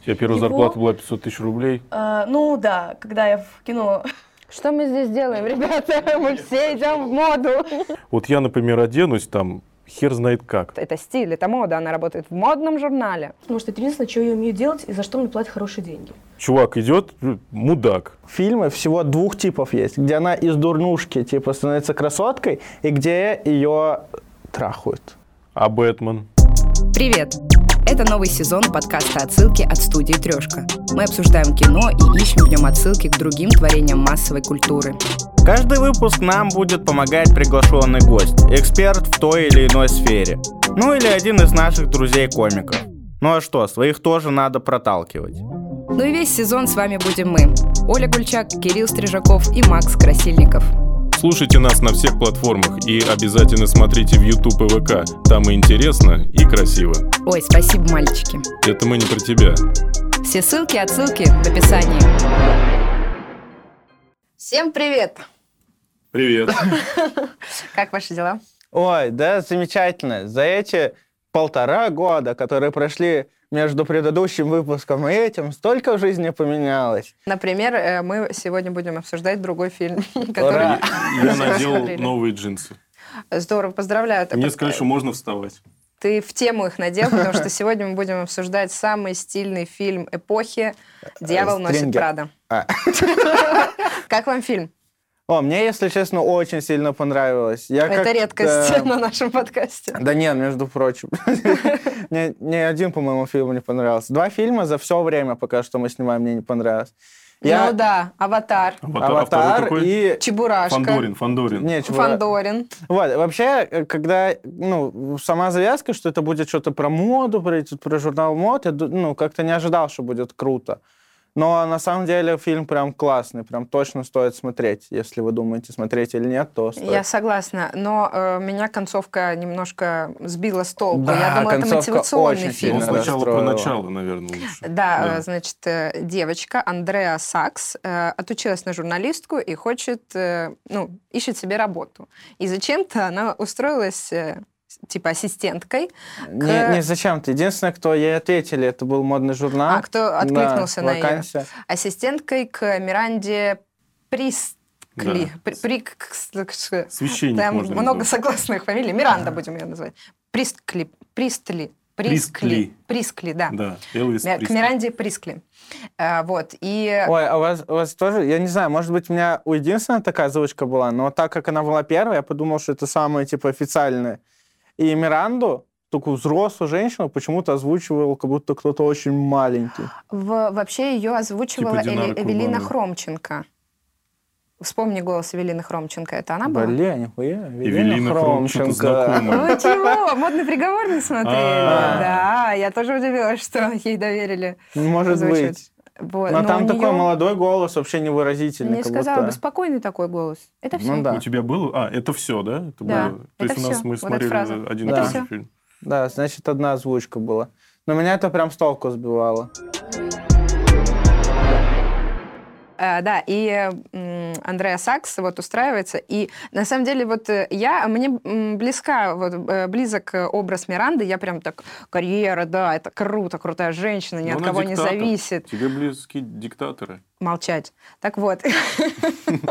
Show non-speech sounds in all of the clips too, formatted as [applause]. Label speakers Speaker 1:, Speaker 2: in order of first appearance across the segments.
Speaker 1: тебя первая
Speaker 2: Его-
Speaker 1: зарплата была 500 тысяч рублей.
Speaker 2: Э, ну да, когда я в кино. [laughs]
Speaker 3: Что мы здесь делаем, ребята? [laughs] Мы все идем в моду. [laughs]
Speaker 1: Вот я, например, оденусь там хер знает как.
Speaker 3: Это стиль, это мода, она работает в модном журнале.
Speaker 2: Потому что это единственное, что я умею делать и за что мне платят хорошие деньги.
Speaker 1: Чувак идет, э, мудак.
Speaker 4: Фильмы всего двух типов есть, где она из дурнушки типа становится красоткой и где ее трахают.
Speaker 1: А Бэтмен?
Speaker 5: Привет! Это новый сезон подкаста «Отсылки» от студии «Трешка». Мы обсуждаем кино и ищем в нем отсылки к другим творениям массовой культуры.
Speaker 6: Каждый выпуск нам будет помогать приглашенный гость, эксперт в той или иной сфере. Ну или один из наших друзей-комиков. Ну а что, своих тоже надо проталкивать.
Speaker 5: Ну и весь сезон с вами будем мы. Оля Гульчак, Кирилл Стрижаков и Макс Красильников.
Speaker 7: Слушайте нас на всех платформах и обязательно смотрите в YouTube и ВК. Там и интересно, и красиво.
Speaker 5: Ой, спасибо, мальчики.
Speaker 7: Это мы не про тебя.
Speaker 5: Все ссылки и отсылки в описании. Всем привет!
Speaker 7: Привет.
Speaker 5: Как ваши дела?
Speaker 4: Ой, да, замечательно. За эти полтора года, которые прошли между предыдущим выпуском и этим, столько в жизни поменялось.
Speaker 3: Например, э, мы сегодня будем обсуждать другой фильм, [laughs] который...
Speaker 4: Ура!
Speaker 1: Я надел
Speaker 3: Смотрели.
Speaker 1: новые джинсы.
Speaker 3: Здорово, поздравляю.
Speaker 1: Мне сказали, что можно вставать.
Speaker 3: Ты в тему их надел, потому
Speaker 4: [laughs]
Speaker 3: что сегодня мы будем обсуждать самый стильный фильм эпохи «Дьявол носит
Speaker 4: Стрингер.
Speaker 3: Прада».
Speaker 4: Э, А.
Speaker 3: [laughs] Как вам фильм?
Speaker 4: О, мне, если честно, очень сильно понравилось. Я
Speaker 3: Это
Speaker 4: как-то-
Speaker 3: редкость [laughs] на нашем подкасте.
Speaker 4: Да нет, между
Speaker 3: [laughs]
Speaker 4: прочим. Мне ни один, по-моему, фильм не понравился. Два фильма за все время, пока что мы снимаем, мне не понравилось. Я
Speaker 3: Ну да, «Аватар»,
Speaker 1: Аватар, а второй
Speaker 4: «Аватар»
Speaker 1: какой?
Speaker 4: и...
Speaker 3: «Чебурашка»,
Speaker 1: Фандорин, Фандорин.
Speaker 4: Не, «Чебурашка».
Speaker 3: «Фандорин».
Speaker 4: Вот, вообще, э, когда, ну, сама завязка, что это будет что-то про моду, про, эти- про журнал мод, я, ду- ну, как-то не ожидал, что будет круто. Но на самом деле фильм прям классный, прям точно стоит смотреть. Если вы думаете, смотреть или нет, то стоит.
Speaker 3: Я согласна, но э, меня концовка немножко сбила с толку.
Speaker 4: Да,
Speaker 3: Я думала, это
Speaker 4: концовка
Speaker 3: мотивационный
Speaker 4: очень
Speaker 1: Ну,
Speaker 3: фильм.
Speaker 4: сильно
Speaker 1: сначала про
Speaker 4: расстроило.
Speaker 1: начало, наверное, лучше.
Speaker 3: Да, э, значит, э, девочка Андреа Сакс э, отучилась на журналистку и хочет, э, ну, ищет себе работу. И зачем-то она устроилась э, с- типа ассистенткой,
Speaker 4: Не, не зачем ты. Единственное, кто ей ответили, это был модный журнал.
Speaker 3: А, кто откликнулся
Speaker 4: Да,
Speaker 3: на её?
Speaker 4: вакансия.
Speaker 3: ассистенткой к Миранде Прискли.
Speaker 1: Да.
Speaker 3: При- Прикс- кш-
Speaker 1: Священник
Speaker 3: Там
Speaker 1: можно
Speaker 3: много
Speaker 1: назвать.
Speaker 3: согласных фамилий. Миранда будем ее называть. Прискли. Пристли. Прискли.
Speaker 1: Прискли.
Speaker 3: Прискли, да.
Speaker 1: Да, Элвис
Speaker 3: Мя- К
Speaker 1: Пресли.
Speaker 3: Миранде Прискли. Э, Вот. И
Speaker 4: Ой, а у вас, у вас тоже, я не знаю, может быть, у меня у единственная такая озвучка была, но так как она была первая, я подумал, что это самая, типа, официальная. И Миранду, такую взрослую женщину, почему-то озвучивал, как будто кто-то очень маленький.
Speaker 3: в- вообще ее озвучивала
Speaker 1: Типа Динара
Speaker 3: Эли- Эвелина
Speaker 1: Курбанова.
Speaker 3: Хромченко. Вспомни голос Эвелины Хромченко. Это она была?
Speaker 4: Блин, нихуя. Евелина
Speaker 1: Эвелина Хром, что-то знакомое.
Speaker 3: Вы чего? Модный приговор не смотрели?
Speaker 1: А.
Speaker 3: Да, я тоже удивилась, что ей доверили.
Speaker 4: Может
Speaker 3: озвучивать.
Speaker 4: быть.
Speaker 3: Вот.
Speaker 4: Но Ну, а там
Speaker 3: у
Speaker 4: такой
Speaker 3: неё-
Speaker 4: молодой голос, вообще невыразительный.
Speaker 3: Не
Speaker 4: как
Speaker 3: сказала бы
Speaker 4: будто.
Speaker 3: спокойный такой голос. Это все.
Speaker 4: Ну да.
Speaker 1: У тебя было? А, это все, да? Это
Speaker 3: Да,
Speaker 1: было.
Speaker 3: это
Speaker 1: То есть у нас
Speaker 3: всё.
Speaker 1: мы
Speaker 3: Вот эта фраза.
Speaker 1: смотрели один и
Speaker 4: Это
Speaker 1: тот
Speaker 3: всё.
Speaker 1: же фильм.
Speaker 4: Да, значит, одна озвучка была. Но меня это прям с толку сбивало.
Speaker 3: А, да, и м, Андреа Сакс вот устраивается. И на самом деле вот э, я, мне м, близка, вот, э, близок э, образ Миранды. Я прям так, карьера, да, это круто, крутая женщина, ни
Speaker 1: Ну,
Speaker 3: от
Speaker 1: она
Speaker 3: кого
Speaker 1: диктатор.
Speaker 3: не зависит.
Speaker 1: Тебе близки диктаторы.
Speaker 3: Молчать. Так вот. [laughs]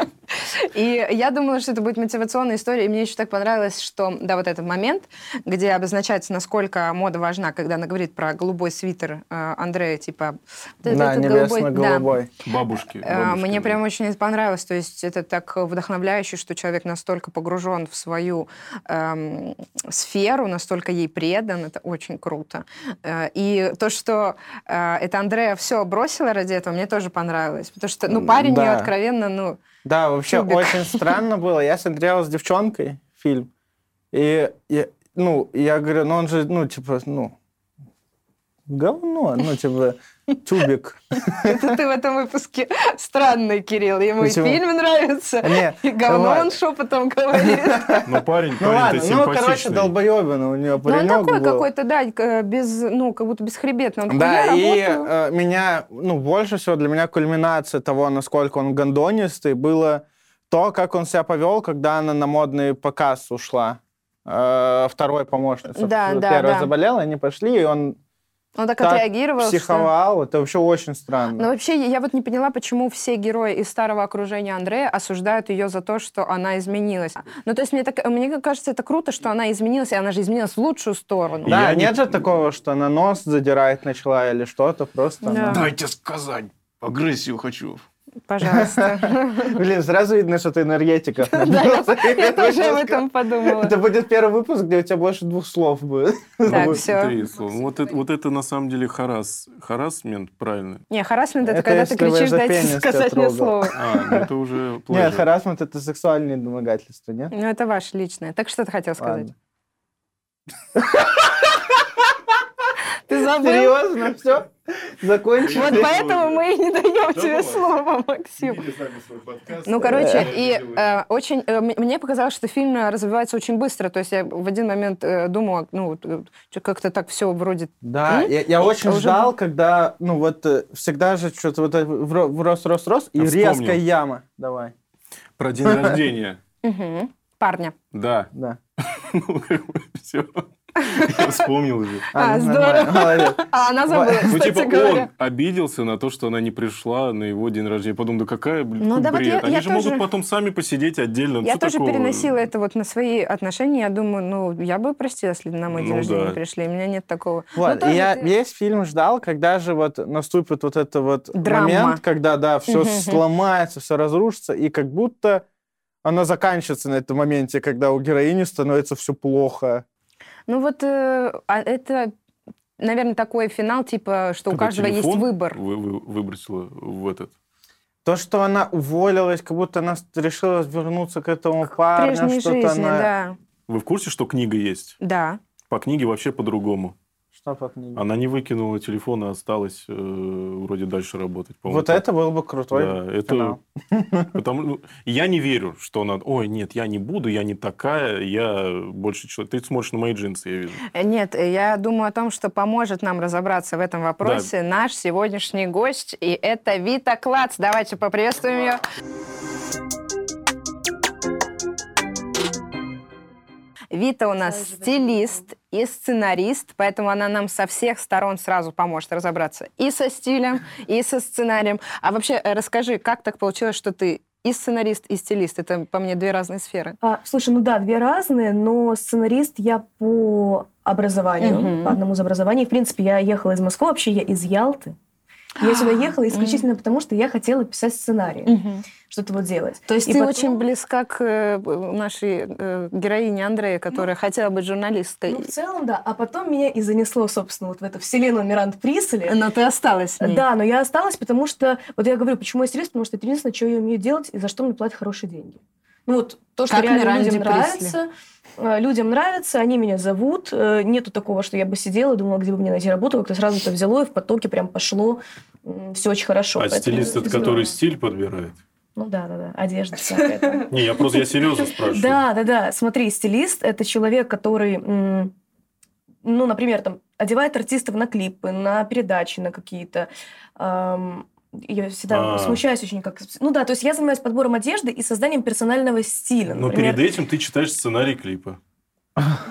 Speaker 3: И я думала, что это будет мотивационная история. И мне еще так понравилось, что, да, вот этот момент, где обозначается, насколько мода важна, когда она говорит про голубой свитер э, Андрея, типа... «Вот
Speaker 4: да,
Speaker 3: этот голубой». Да.
Speaker 4: небесно-голубой.
Speaker 1: Бабушки.
Speaker 3: Э,
Speaker 1: бабушки,
Speaker 3: Мне
Speaker 1: да.
Speaker 3: прям очень это понравилось. То есть это так э, вдохновляюще, что человек настолько погружен в свою эм, сферу, настолько ей предан. Это очень круто. Э, и то, что э, это Андрея все бросила ради этого, мне тоже понравилось. Потому что, ну,
Speaker 4: М,
Speaker 3: парень ее
Speaker 4: да.
Speaker 3: откровенно, ну...
Speaker 4: Да, вообще
Speaker 3: Чубик.
Speaker 4: очень странно было. Я смотрел с девчонкой фильм, и я, ну, я говорю, ну он же, ну, типа, ну, говно, ну, типа, тюбик.
Speaker 3: Это ты в этом выпуске [laughs] странный, Кирилл. Ему
Speaker 4: Почему?
Speaker 3: и фильм нравится,
Speaker 4: А Не,
Speaker 3: и говно
Speaker 4: давай.
Speaker 3: он
Speaker 4: [laughs]
Speaker 3: шепотом говорит.
Speaker 1: Ну, парень,
Speaker 4: Ну ладно,
Speaker 1: парень, ты
Speaker 4: ну, короче,
Speaker 1: симпатичный.
Speaker 4: долбоебина у нее
Speaker 3: Ну, он
Speaker 4: паренек
Speaker 3: такой
Speaker 4: был.
Speaker 3: какой-то, да, э, без, ну, как будто бесхребетный. Он такой,
Speaker 4: Да,
Speaker 3: «Я
Speaker 4: и
Speaker 3: работаю».
Speaker 4: э, меня, ну, больше всего для меня кульминация того, насколько он гондонистый, было то, как он себя повел, когда она на модный показ ушла. Э, второй помощница.
Speaker 3: Да, да,
Speaker 4: Первая
Speaker 3: да.
Speaker 4: заболела, они пошли, и он
Speaker 3: Он так,
Speaker 4: так
Speaker 3: отреагировал, что-
Speaker 4: э, психовал, это вообще очень странно.
Speaker 3: Но вообще, я- я вот не поняла, почему все герои из старого окружения Андрея осуждают ее за то, что она изменилась. Ну, то есть, мне, так, мне кажется, это круто, что она изменилась, и она же изменилась в лучшую сторону.
Speaker 4: да,
Speaker 1: Я не-
Speaker 4: нет же такого, что она нос задирает начала или что-то, просто
Speaker 3: Да.
Speaker 4: она-
Speaker 8: Дайте сказать. Агрессию хочу.
Speaker 4: [laughs]
Speaker 3: Пожалуйста. [laughs]
Speaker 4: Блин, сразу видно, что ты энергетиков набрался.
Speaker 3: Я тоже об этом подумала.
Speaker 4: Это будет первый выпуск, где у тебя больше двух слов будет.
Speaker 3: Так,
Speaker 1: Вот
Speaker 3: все.
Speaker 1: три слова. Вот это, вот это на самом деле харас, харасмент, правильно?
Speaker 3: Не, харассмент это,
Speaker 4: Это
Speaker 3: когда ты
Speaker 4: если вы
Speaker 3: кричишь,
Speaker 4: за
Speaker 3: дайте
Speaker 4: пенис
Speaker 3: сказать мне
Speaker 4: тебя трогал».
Speaker 3: слово.
Speaker 1: А, ну это уже
Speaker 4: Нет,
Speaker 1: pleasure.
Speaker 4: харассмент — это сексуальное домогательство, нет?
Speaker 3: Ну, это ваше личное. Так что ты хотел сказать?
Speaker 4: Ладно.
Speaker 3: Ты забыл?
Speaker 4: Серьезно, все? Закончили?
Speaker 3: Вот поэтому мы и не даем тебе слово, Максим. Ну, короче, и э, очень э, м- мне показалось, что фильм э, развивается очень быстро. То есть я в один момент э, думала, ну, вот, э, чё, как-то так все вроде...
Speaker 4: Да, я, я очень
Speaker 3: Уже
Speaker 4: ждал, когда, ну вот, э, всегда же что-то вот это в ро- в рос, рос, рос, и
Speaker 1: Я вспомнил.
Speaker 4: резкая яма. Давай,
Speaker 1: Про
Speaker 4: [laughs]
Speaker 1: день рождения.
Speaker 3: Мгм. Парня.
Speaker 1: Да. [laughs]
Speaker 4: да.
Speaker 1: Ну, как бы
Speaker 3: [laughs]
Speaker 1: все. Я вспомнил уже.
Speaker 3: А,
Speaker 4: ну,
Speaker 3: здорово.
Speaker 4: нормально, молодец.
Speaker 3: А она забыла,
Speaker 1: Ну,
Speaker 3: кстати
Speaker 1: типа,
Speaker 3: говоря.
Speaker 1: он обиделся на то, что она не пришла на его день рождения. Потом, да какая, блин, какой
Speaker 3: Ну, да вот
Speaker 1: бред.
Speaker 3: я-
Speaker 1: Они
Speaker 3: я
Speaker 1: же
Speaker 3: тоже-
Speaker 1: могут потом сами посидеть отдельно. Ну,
Speaker 3: Я
Speaker 1: что
Speaker 3: тоже
Speaker 1: такого?
Speaker 3: переносила это вот на свои отношения. Я думаю, ну, я бы простила, если бы на мой день
Speaker 1: Ну
Speaker 3: рождения
Speaker 1: да.
Speaker 3: пришли. У меня нет такого. Ну,
Speaker 4: Вот, и
Speaker 3: тоже
Speaker 4: я
Speaker 3: ты-
Speaker 4: весь фильм ждал, когда же вот наступит вот этот вот
Speaker 3: Драма.
Speaker 4: момент, когда, да, все
Speaker 3: Мгм, мгм.
Speaker 4: сломается, все разрушится, и как будто она заканчивается на этом моменте, когда у героини становится все плохо.
Speaker 3: Ну, вот э, а это, наверное, такой финал, типа, что у
Speaker 1: Когда
Speaker 3: каждого есть
Speaker 1: телефон
Speaker 3: выбор.
Speaker 1: вы- вы- выбросила в этот.
Speaker 4: То, что она уволилась, как будто она с- решила вернуться к этому парню,
Speaker 3: прежней
Speaker 4: что-то
Speaker 3: жизни,
Speaker 4: она...
Speaker 3: да.
Speaker 1: Вы в курсе, что книга есть?
Speaker 3: Да.
Speaker 1: По книге вообще по-другому.
Speaker 4: Что по книге?
Speaker 1: Она не выкинула телефон, а осталась э, вроде дальше работать. по-моему,
Speaker 4: Вот
Speaker 1: так.
Speaker 4: это был бы крутой
Speaker 1: Да, это...
Speaker 4: финал.
Speaker 1: [laughs] Потому ну, я не верю, что она... Ой, нет, я не буду, я не такая, я больше человек. Ты смотришь на мои джинсы, я вижу.
Speaker 3: Э, Нет, э, я думаю о том, что поможет нам разобраться в этом вопросе наш сегодняшний гость, и это Вита Клац. Давайте поприветствуем ее. Вита у нас стилист и сценарист, поэтому она нам со всех сторон сразу поможет разобраться и со стилем, и со сценарием. А вообще, э, расскажи, как так получилось, что ты и сценарист, и стилист? Это, по мне, две разные сферы.
Speaker 2: А, слушай, ну да, две разные, но сценарист я по образованию,
Speaker 3: Мгм.
Speaker 2: по одному из образований. В принципе, я ехала из Москвы, вообще я из Ялты. Я сюда ехала исключительно потому, что я хотела писать сценарий, что-то вот делать.
Speaker 3: То есть
Speaker 2: И
Speaker 3: ты
Speaker 2: потом-
Speaker 3: очень близка к э, б- нашей э, героине Андрея, которая хотела быть журналисткой.
Speaker 2: Ну, в целом, да. А потом меня и занесло, собственно, вот в эту вселенную Мирант Присли.
Speaker 3: Но ты осталась с ней.
Speaker 2: Да, но я осталась, потому что... Вот я говорю, почему я стилист, потому что это единственное, что я умею делать и за что мне платят хорошие деньги. Ну вот то, что
Speaker 3: Как
Speaker 2: реально
Speaker 3: Миранде
Speaker 2: людям
Speaker 3: Присли.
Speaker 2: нравится, э, людям нравится, они меня зовут. э, Нету такого, что я бы сидела и думала, где бы мне найти работу, как-то сразу это взяло, и в потоке прям пошло все очень хорошо.
Speaker 1: А
Speaker 2: Поэтому
Speaker 1: стилист, это
Speaker 2: здорово.
Speaker 1: который стиль подбирает?
Speaker 2: Ну да, да, да,
Speaker 1: [laughs]
Speaker 2: одежда всякая там.
Speaker 1: Не, я просто, я
Speaker 3: [laughs]
Speaker 1: серьезно спрашиваю.
Speaker 2: Да, да, да. Смотри, стилист это человек, который, м, ну, например, там одевает артистов на клипы, на передачи, на какие-то. Ам, я всегда
Speaker 1: А.
Speaker 2: смущаюсь очень, как. Ну да, то есть я занимаюсь подбором одежды и созданием персонального стиля.
Speaker 1: Но
Speaker 2: например.
Speaker 1: Ну, перед этим ты читаешь сценарий клипа.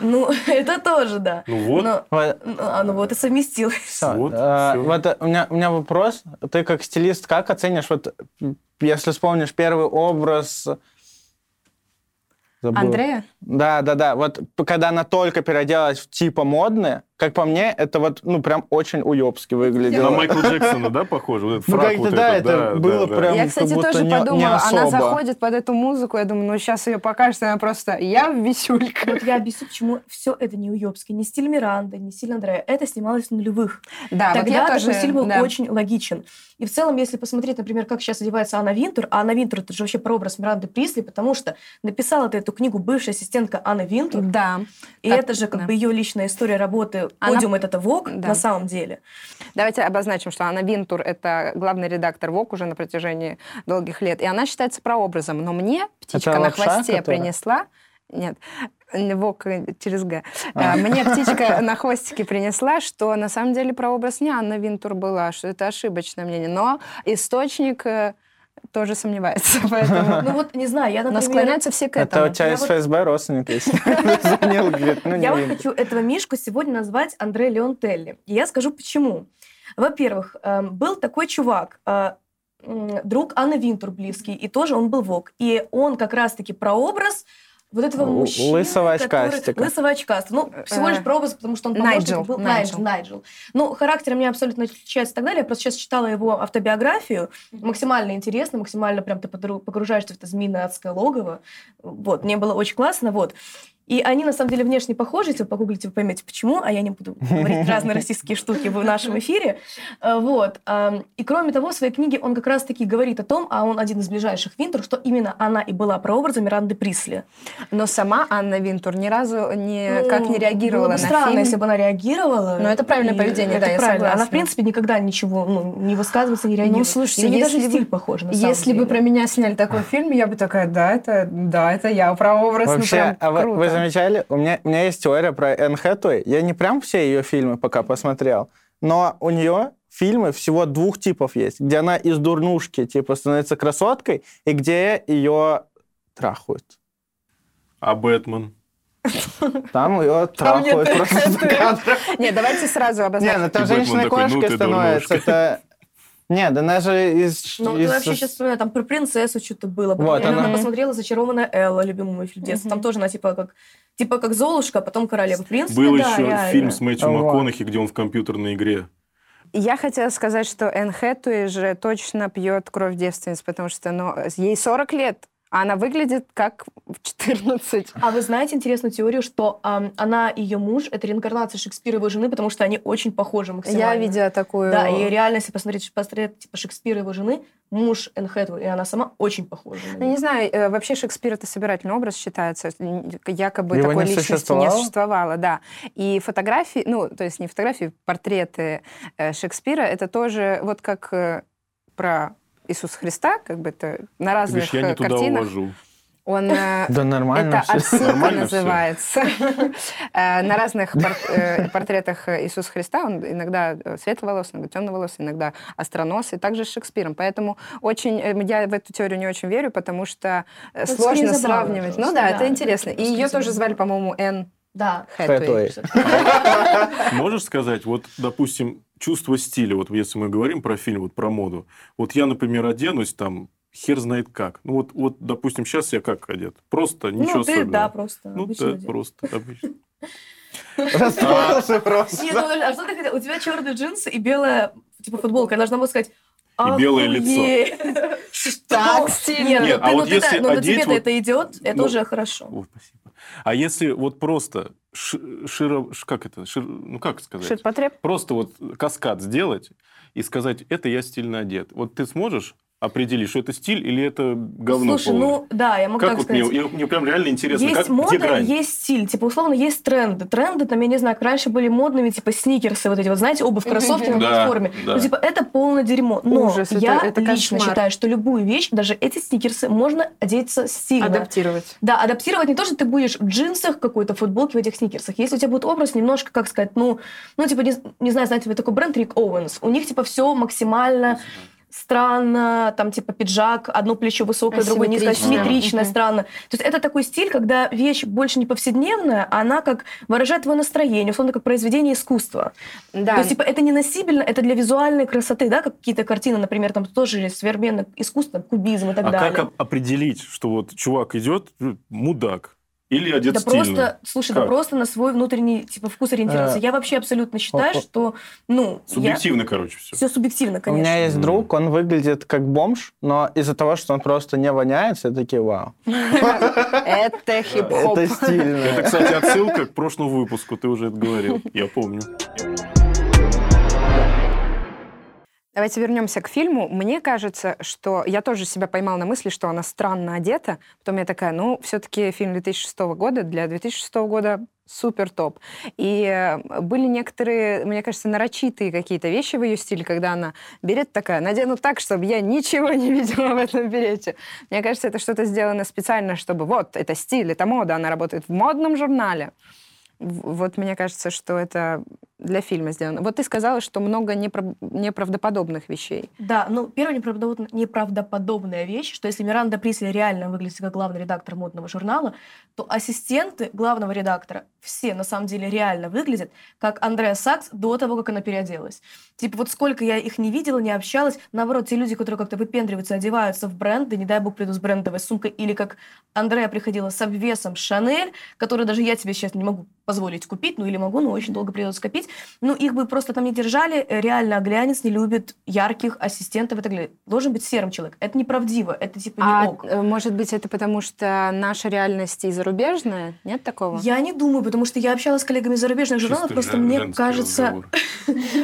Speaker 2: Ну, [laughs] это тоже, да.
Speaker 1: Ну вот,
Speaker 2: Но-
Speaker 4: Вот,
Speaker 2: ну, а, ну вот и совместилось. [laughs]
Speaker 4: всё.
Speaker 1: Вот,
Speaker 4: А,
Speaker 1: всё.
Speaker 4: вот, э, у, меня, у меня вопрос. Ты как стилист, как оценишь, вот, м, если вспомнишь первый образ... Забыл.
Speaker 3: Андрея?
Speaker 4: Да, да, да. Вот п- когда она только переоделась в типа модное, как по мне, это вот, ну, прям очень уебски выглядело.
Speaker 1: на Майкла Джексона, да, похоже? Вот этот
Speaker 4: Ну,
Speaker 1: фрак
Speaker 4: как-то
Speaker 1: вот
Speaker 4: да,
Speaker 1: этот,
Speaker 4: это было
Speaker 1: да.
Speaker 4: прям-
Speaker 3: Я,
Speaker 4: как
Speaker 3: кстати,
Speaker 4: будто
Speaker 3: тоже
Speaker 4: не- не
Speaker 3: подумала, она
Speaker 4: особо.
Speaker 3: заходит под эту музыку, я думаю, ну сейчас ее покажет, и она просто, я висюлька.
Speaker 2: Вот я объясню, почему все это не уебский, не стиль Миранды, не стиль Андрея. Это снималось в нулевых.
Speaker 3: Да, вот
Speaker 2: Тогда
Speaker 3: я
Speaker 2: такой
Speaker 3: тоже...
Speaker 2: стиль был
Speaker 3: да.
Speaker 2: очень логичен. И в целом, если посмотреть, например, как сейчас одевается Анна Винтур, а Анна Винтур это же вообще прообраз Миранды Присли, потому что написала ты эту книгу бывшая ассистентка Анны Винтур,
Speaker 3: Да.
Speaker 2: и
Speaker 3: так,
Speaker 2: это же как
Speaker 3: да.
Speaker 2: бы ее личная история работы.
Speaker 3: Она-
Speaker 2: Подиум это Вог
Speaker 3: Да.
Speaker 2: на самом деле.
Speaker 3: Давайте обозначим, что Анна Винтур — это главный редактор ВОК уже на протяжении долгих лет, и она считается прообразом. Но мне птичка на
Speaker 4: лапша,
Speaker 3: хвосте
Speaker 4: которая?
Speaker 3: принесла... Нет, ВОК через Г.
Speaker 4: А.
Speaker 3: Э, Мне птичка на хвостике принесла, что на а самом деле прообраз не Анна Винтур была, что это ошибочное мнение. Но источник э,
Speaker 9: тоже
Speaker 3: [laughs]
Speaker 9: сомневается. Поэтому
Speaker 2: Ну вот, не знаю, [laughs] я,
Speaker 9: нас
Speaker 2: например,
Speaker 9: склоняются все к
Speaker 4: Это у
Speaker 9: этому.
Speaker 4: тебя
Speaker 2: Я
Speaker 4: из
Speaker 2: вот-
Speaker 4: ФСБ родственник есть. [laughs] Звонил, говорит, [laughs] ну
Speaker 2: Я вот
Speaker 4: не
Speaker 2: хочу этого Мишку сегодня назвать Андре Леонтелли. И я скажу почему. Во-первых, эм, был такой чувак, э, м, друг Анны Винтур близкий, и тоже он был вок. И он как раз-таки прообраз вот этого
Speaker 4: Л-
Speaker 2: мужчины,
Speaker 4: лысого
Speaker 2: который-
Speaker 4: очкастика.
Speaker 2: Лысого очкастика. Ну, всего лишь
Speaker 3: Э,
Speaker 2: прообраз, потому что он
Speaker 3: Найджел,
Speaker 2: помощник был.
Speaker 3: Найджел.
Speaker 2: Найджел. Найджел. Ну, характер меня абсолютно отличается и так далее. Я просто сейчас читала его автобиографию. Максимально интересно, максимально прям ты подру- погружаешься в это змеиное адское логово. Вот, мне было очень классно, вот. И они, на самом деле, внешне похожи, если вы погуглите, вы поймете, почему, а я не буду [laughs] говорить разные российские штуки в нашем эфире. Э, Вот. Ам, И, кроме того, в своей книге он как раз-таки говорит о том, а он один из ближайших Винтер, что именно она и была прообразом Миранды Присли.
Speaker 3: Но сама Анна Винтур ни разу не,
Speaker 2: Ну,
Speaker 3: как не реагировала
Speaker 2: было
Speaker 3: на
Speaker 2: бы странно,
Speaker 3: фильм.
Speaker 2: если бы она реагировала.
Speaker 9: Ну, это правильное
Speaker 2: И
Speaker 9: поведение,
Speaker 2: это
Speaker 9: да, я
Speaker 2: правильно. Она,
Speaker 9: согласна.
Speaker 2: в принципе, никогда ничего ну, не высказывается, не реагирует.
Speaker 9: слушайте,
Speaker 2: И у нее
Speaker 9: если
Speaker 2: даже
Speaker 9: бы-
Speaker 2: стиль похож, на самом
Speaker 9: Если бы
Speaker 2: деле.
Speaker 9: про меня сняли такой фильм, я бы такая, да, это, да, это я, прообраз,
Speaker 4: Вообще,
Speaker 9: ну прям
Speaker 4: а вы,
Speaker 9: круто.
Speaker 4: вы замечали, у меня, у меня есть теория про Энн Хэтэуэй. Я не прям все ее фильмы пока посмотрел, но у нее фильмы всего двух типов есть, где она из дурнушки типа становится красоткой, и где ее трахают.
Speaker 1: А Бэтмен?
Speaker 4: Там ее трахают просто за кадром.
Speaker 3: Нет, давайте сразу
Speaker 4: Не,
Speaker 3: обозначим.
Speaker 4: ну там
Speaker 7: И Бэтмен
Speaker 4: женщина
Speaker 7: такой, ну
Speaker 4: кошкой
Speaker 7: ты
Speaker 4: становится.
Speaker 7: дурнушка.
Speaker 4: Это... Не, да она же из...
Speaker 2: Ну, ты
Speaker 4: из-
Speaker 2: вообще сейчас вспоминаю, там про принцессу что-то было. Потом
Speaker 4: Вот
Speaker 2: я
Speaker 4: она.
Speaker 2: недавно посмотрела «Зачарованная Элла», любимый мой фильм детства. Там тоже она типа как, типа как Золушка, а потом королева. В принципе,
Speaker 1: Был
Speaker 2: да,
Speaker 1: еще
Speaker 2: реально.
Speaker 1: фильм с Мэтью
Speaker 4: Вот.
Speaker 1: МакКонахи, где он в компьютерной игре.
Speaker 3: Я хотела сказать, что Энн Хэтэуэй же точно пьет кровь девственниц, потому что ну, ей 40 лет, а она выглядит как в 14.
Speaker 2: А вы знаете интересную теорию, что ам, она и ее муж это реинкарнация Шекспира и его жены, потому что они очень похожи максимально.
Speaker 9: Я видела такую...
Speaker 2: Да, и реально, если посмотреть портрет типа Шекспира и его жены, муж Энн Хэтэуэй, и она сама очень похожа. на
Speaker 3: Ну,
Speaker 2: него.
Speaker 3: не знаю, э, вообще Шекспир это собирательный образ считается, н- якобы
Speaker 4: Его
Speaker 3: такой
Speaker 4: не
Speaker 3: личности
Speaker 4: существовало?
Speaker 3: не существовало, да. И фотографии, ну, то есть не фотографии, портреты э, Шекспира, это тоже вот как э, про Иисуса Христа, как бы это на
Speaker 1: Ты
Speaker 3: разных
Speaker 1: говоришь, я не
Speaker 3: э,
Speaker 1: туда
Speaker 3: картинах.
Speaker 1: увожу.
Speaker 3: Он э,
Speaker 4: Да нормально
Speaker 3: Это
Speaker 4: все.
Speaker 3: отсылка
Speaker 1: Нормально всё?
Speaker 2: [laughs]
Speaker 3: называется. Э, На разных пор- э, портретах Иисуса Христа он иногда э, светловолосый, иногда темноволосый, иногда остроносый, также с Шекспиром. Поэтому очень э, я в эту теорию не очень верю, потому что э,
Speaker 2: Это
Speaker 3: сложно
Speaker 2: скорее забавно
Speaker 3: сравнивать.
Speaker 2: просто,
Speaker 3: Ну да,
Speaker 2: да,
Speaker 3: это
Speaker 2: это
Speaker 3: интересно. И
Speaker 2: просто
Speaker 3: ее тоже
Speaker 2: забавно.
Speaker 3: звали, по-моему, Энн
Speaker 2: Да.
Speaker 3: Хэтэуэй.
Speaker 1: Можешь сказать, вот, допустим, чувство стиля, вот если мы говорим про фильм, вот про моду, вот я, например, оденусь там, хер знает как. Ну вот, вот допустим, сейчас я как одет? Просто, [laughs] ничего
Speaker 2: ну, ты,
Speaker 1: особенного.
Speaker 2: да, просто.
Speaker 1: ну,
Speaker 2: обычный
Speaker 1: да,
Speaker 2: день.
Speaker 1: просто, обычно.
Speaker 4: Расстроился просто.
Speaker 2: Нет, ну, а что ты хотел? У тебя черные джинсы и белая типа футболка. Я должна была сказать.
Speaker 1: И белое лицо.
Speaker 2: [laughs] «Охуеть!»
Speaker 9: Так
Speaker 2: Ну,
Speaker 9: стильно.
Speaker 2: Нет,
Speaker 1: Нет,
Speaker 2: ну,
Speaker 1: а
Speaker 2: ты- ну,
Speaker 1: вот
Speaker 2: ты-
Speaker 1: если
Speaker 2: ну, ну,
Speaker 1: одеть
Speaker 2: тебе-то
Speaker 1: вот-
Speaker 2: это идет, это
Speaker 1: Ну,
Speaker 2: уже хорошо.
Speaker 1: О, спасибо. А если вот просто ши- широ... ш- Как это? Шир- Ну, как сказать?
Speaker 3: Ширпотреб.
Speaker 1: Просто вот каскад сделать и сказать, это я стильно одет. Вот ты сможешь определить, что это стиль или это говно
Speaker 2: Слушай,
Speaker 1: полное?
Speaker 2: ну да, я могу
Speaker 1: как
Speaker 2: так
Speaker 1: вот
Speaker 2: сказать.
Speaker 1: мне, я- мне прям реально интересно,
Speaker 2: есть
Speaker 1: как, где
Speaker 2: мода,
Speaker 1: грань?
Speaker 2: есть стиль. Типа, условно, есть тренды. Тренды, там, я не знаю, как раньше были модными, типа, сникерсы вот эти, вот, знаете, обувь, [laughs] кроссовки на
Speaker 1: Да,
Speaker 2: платформе.
Speaker 1: да.
Speaker 2: Ну, типа, это полное дерьмо. Но
Speaker 3: Ужас, это-
Speaker 2: я
Speaker 3: это
Speaker 2: лично
Speaker 3: кошмар.
Speaker 2: считаю, что любую вещь, даже эти сникерсы, можно одеться стильно.
Speaker 9: Адаптировать.
Speaker 2: Да, адаптировать не то, что ты будешь в джинсах какой-то, футболке, в этих сникерсах. Если у тебя будет образ немножко, как сказать, ну, ну типа, не, не знаю, знаете, вы такой бренд Рик Оуэнс. У них, типа, все максимально странно, там, типа, пиджак, одно плечо высокое, другое низкое,
Speaker 9: Асимметрично.
Speaker 2: симметричное,
Speaker 9: Мгм.
Speaker 2: странно. То есть это такой стиль, когда вещь больше не повседневная, а она как выражает твое настроение, условно, как произведение искусства.
Speaker 3: Да.
Speaker 2: То есть, типа, это не носибельно, это для визуальной красоты, да, как какие-то картины, например, там тоже есть современное искусство, кубизм и так
Speaker 1: а
Speaker 2: далее.
Speaker 1: как оп- определить, что вот чувак идет, э, мудак, или одет
Speaker 2: Да
Speaker 1: стильно?
Speaker 2: просто, слушай, да
Speaker 1: Как?
Speaker 2: просто на свой внутренний типа вкус ориентироваться.
Speaker 4: Э,
Speaker 2: Я вообще абсолютно считаю,
Speaker 4: о- о-
Speaker 2: что, ну,
Speaker 1: Субъективно, короче, все.
Speaker 2: все субъективно,
Speaker 4: У меня
Speaker 2: конечно.
Speaker 4: есть
Speaker 1: Мгм.
Speaker 4: друг, он выглядит как бомж, но из-за того, что он просто не воняет, все такие вау.
Speaker 3: Это хип-хоп.
Speaker 4: Это
Speaker 2: [laughs]
Speaker 4: стильно.
Speaker 1: Это, кстати, отсылка к прошлому выпуску, ты уже это говорил, я помню.
Speaker 3: Давайте вернемся к фильму. Мне кажется, что я тоже себя поймала на мысли, что она странно одета. Потом я такая, ну, все-таки фильм 2006 года, для 2006 года супер топ. И э, были некоторые, мне кажется, нарочитые какие-то вещи в ее стиле, когда она берет такая, надену так, чтобы я ничего не видела в этом берете. Мне кажется, это что-то сделано специально, чтобы вот, это стиль, это мода, она работает в модном журнале. В- Вот мне кажется, что это для фильма сделано. Вот ты сказала, что много непра- неправдоподобных вещей.
Speaker 2: Да, ну, первая неправдоподобная, неправдоподобная вещь, что если Миранда Присли реально выглядит как главный редактор модного журнала, то ассистенты главного редактора все на самом деле реально выглядят как Андреа Сакс до того, как она переоделась. Типа вот сколько я их не видела, не общалась, наоборот, те люди, которые как-то выпендриваются, одеваются в бренды, не дай бог приду с брендовой сумкой, или как Андрея приходила с обвесом Шанель, который даже я тебе сейчас не могу позволить купить, ну или могу, но очень долго придется копить. Ну, их бы просто там не держали. Э, Реально, глянец не любит ярких ассистентов и так далее. Должен быть серым человек. Это неправдиво, это типа не
Speaker 3: А
Speaker 2: ок.
Speaker 3: э, может быть, это потому что наша реальность и зарубежная? Нет такого?
Speaker 2: Я не думаю, потому что я общалась с коллегами из зарубежных журналов,
Speaker 7: Чисто
Speaker 2: просто
Speaker 7: жен-
Speaker 2: мне
Speaker 7: женский
Speaker 2: кажется,
Speaker 7: разговор.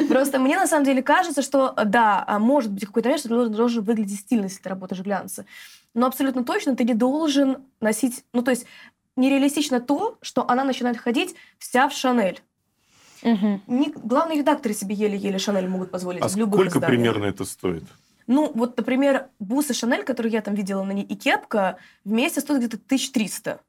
Speaker 2: просто мне на самом деле кажется, что э, да, а может быть в какой-то момент, что ты должен, должен выглядеть стильно, если ты работаешь в глянце. Но абсолютно точно ты не должен носить, ну то есть нереалистично то, что она начинает ходить вся в Шанель.
Speaker 3: Мгм.
Speaker 2: Не, главные редакторы себе еле-еле Шанель могут позволить
Speaker 1: А
Speaker 2: в любых
Speaker 1: сколько
Speaker 2: изданиях.
Speaker 1: примерно это стоит?
Speaker 2: Ну, вот, например, бусы Шанель, которые я там видела на ней, и кепка вместе стоят где-то 1300.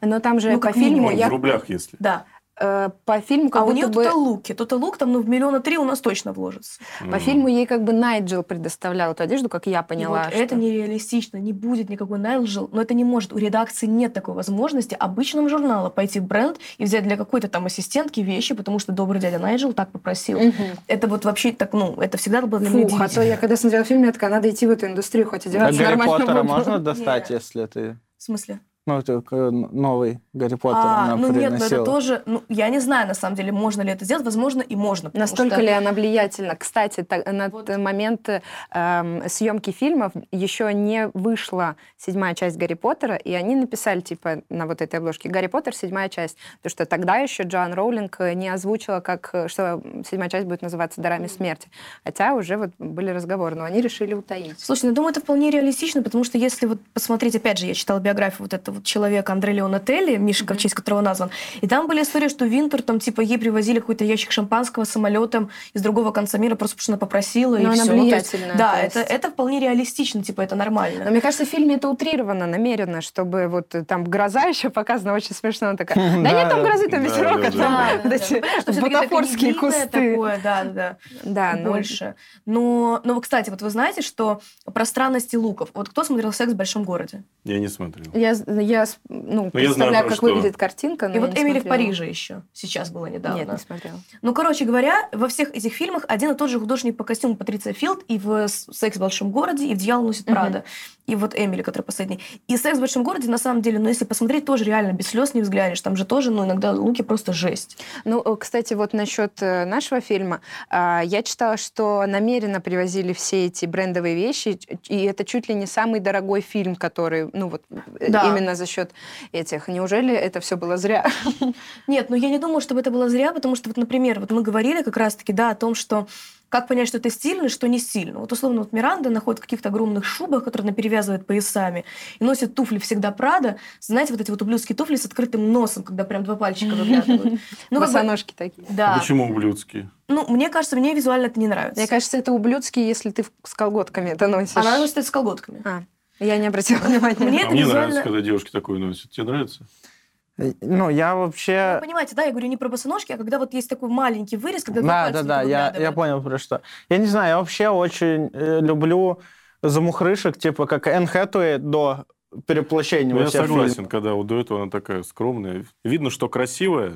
Speaker 3: Но там же
Speaker 2: Ну,
Speaker 3: по
Speaker 2: как минимум.
Speaker 3: фильму...
Speaker 1: Вон,
Speaker 3: я-
Speaker 1: В рублях, если.
Speaker 2: Да.
Speaker 3: э, по фильму как
Speaker 2: а у
Speaker 3: будто
Speaker 2: нее
Speaker 3: бы...
Speaker 2: тут луки. Тут лук там, ну, в миллиона три у нас точно вложится.
Speaker 3: По
Speaker 7: М.
Speaker 3: фильму ей как бы Найджел предоставлял эту одежду, как я поняла.
Speaker 2: И вот
Speaker 3: что-
Speaker 2: это нереалистично. Не будет никакой Найджел, но это не может. У редакции нет такой возможности обычного журнала пойти в бренд и взять для какой-то там ассистентки вещи, потому что добрый дядя Найджел так попросил.
Speaker 3: Мгм.
Speaker 2: Это вот вообще так, ну, это всегда было для меня
Speaker 9: Фух, а то
Speaker 2: удивительно.
Speaker 9: я когда смотрела фильм, я такая, надо идти в эту индустрию, хоть
Speaker 4: А
Speaker 9: одеваться
Speaker 4: Гарри
Speaker 9: нормально
Speaker 4: Поттера
Speaker 9: буду».
Speaker 4: можно достать,
Speaker 2: Не.
Speaker 4: если ты...
Speaker 2: В смысле?
Speaker 4: Ну, это к- новый Гарри Поттер
Speaker 2: а,
Speaker 4: она
Speaker 2: ну нет, но
Speaker 4: приносила.
Speaker 2: это тоже... Ну, я не знаю, на самом деле, можно ли это сделать. Возможно, и можно. потому
Speaker 3: Настолько
Speaker 2: что-
Speaker 3: ли она влиятельна? Кстати, та- на
Speaker 2: Вот.
Speaker 3: т- момент э, эм, съемки фильмов еще не вышла седьмая часть Гарри Поттера, и они написали типа на вот этой обложке Гарри Поттер седьмая часть, потому что тогда еще Джоан Роулинг э, не озвучила, как э, что седьмая часть будет называться Дарами смерти, хотя уже вот были разговоры, но они решили утаить.
Speaker 2: Слушай, ну, думаю, это вполне реалистично, потому что если вот посмотреть, опять же, я читала биографию вот этого вот человека Андре Леона Телли, Мишка, в честь которого назван, и там были истории, что Винтер, там, типа, ей привозили какой-то ящик шампанского самолетом из другого конца мира, просто потому что она попросила, Ну и
Speaker 3: Но она
Speaker 2: все.
Speaker 3: влиятельная,
Speaker 2: да,
Speaker 3: то
Speaker 2: это,
Speaker 3: есть.
Speaker 2: это вполне реалистично, типа, это
Speaker 3: Но
Speaker 2: нормально.
Speaker 3: мне кажется, в фильме это утрировано, намеренно, чтобы вот э, там гроза [laughs] еще показана очень смешно. Она такая, да
Speaker 4: Да,
Speaker 3: нет там
Speaker 4: да.
Speaker 3: грозы, там
Speaker 7: [laughs] Да,
Speaker 3: ветерок,
Speaker 7: да, да,
Speaker 3: а там вот эти
Speaker 2: Понятно, что всё-таки это
Speaker 3: бутафорские
Speaker 2: кредитное
Speaker 3: кусты.
Speaker 2: Такое, да, да, да.
Speaker 3: Да, ну,
Speaker 2: больше. Но, но, кстати, вот вы знаете, что про странности луков. Вот кто смотрел «Секс в большом городе»?
Speaker 1: Я не смотрел.
Speaker 3: Я, з- я с- ну,
Speaker 1: Ну, я
Speaker 3: представляю,
Speaker 1: знаю, про
Speaker 3: как
Speaker 1: что.
Speaker 3: выглядит картинка. но
Speaker 2: И
Speaker 3: Ну, я
Speaker 2: вот
Speaker 3: не
Speaker 2: Эмили в
Speaker 3: смотрела.
Speaker 2: Париже еще сейчас было недавно.
Speaker 3: Нет, не смотрела.
Speaker 2: Ну, короче говоря, во всех этих фильмах один и тот же художник по костюму Патриция Филд и в «С- «Секс в большом городе», и в «Дьявол носит
Speaker 3: Мгм.
Speaker 2: Прада», и вот Эмили, который последний. И «Секс в большом городе», на самом деле, ну, если посмотреть, тоже реально без слез не взглянешь. Там же тоже, ну, иногда луки просто жесть.
Speaker 3: Ну, э, кстати, вот насчет э, нашего фильма. а, Я читала, что намеренно привозили все эти брендовые вещи, ч- и это чуть ли не самый дорогой фильм, который, ну вот, э,
Speaker 2: Да.
Speaker 3: именно за счет этих. Неужели это все было зря?
Speaker 2: Нет, ну, я не думаю, чтобы это было зря, потому что, вот, например, вот мы говорили как раз-таки, да, о том, что как понять, что это стильно, что не стильно. Вот, условно, вот Миранда находит в каких-то огромных шубах, которые она перевязывает поясами, и носит туфли всегда Прада. Знаете, вот эти вот ублюдские туфли с открытым носом, когда прям два пальчика выглядывают. Ну, как бы-
Speaker 3: Босоножки такие.
Speaker 4: А
Speaker 2: Да.
Speaker 1: А Почему ублюдские?
Speaker 2: Ну, мне кажется, мне визуально это не нравится.
Speaker 3: Мне кажется, это ублюдски, если ты в- с колготками это носишь.
Speaker 2: Она носит это с колготками.
Speaker 3: А, Я не обратила внимания.
Speaker 2: Мне
Speaker 1: А
Speaker 2: это
Speaker 1: мне
Speaker 2: визуально-
Speaker 1: нравится, когда девушки такое носят. Тебе нравится?
Speaker 4: Ну, я
Speaker 2: Вы
Speaker 4: вообще...
Speaker 2: понимаете, да, я говорю не про босоножки, а когда вот есть такой маленький вырез, когда два
Speaker 4: Да, да,
Speaker 2: пальца
Speaker 4: да,
Speaker 2: только
Speaker 4: я, я
Speaker 2: выглядывают.
Speaker 4: понял про что. Я не знаю, я вообще очень э, люблю замухрышек, типа как Энн Хэтэуэй до переплощения
Speaker 1: Ну,
Speaker 4: во
Speaker 1: я
Speaker 4: всех
Speaker 1: согласен,
Speaker 4: фильмах.
Speaker 1: когда вот до этого она такая скромная. Видно, что красивая,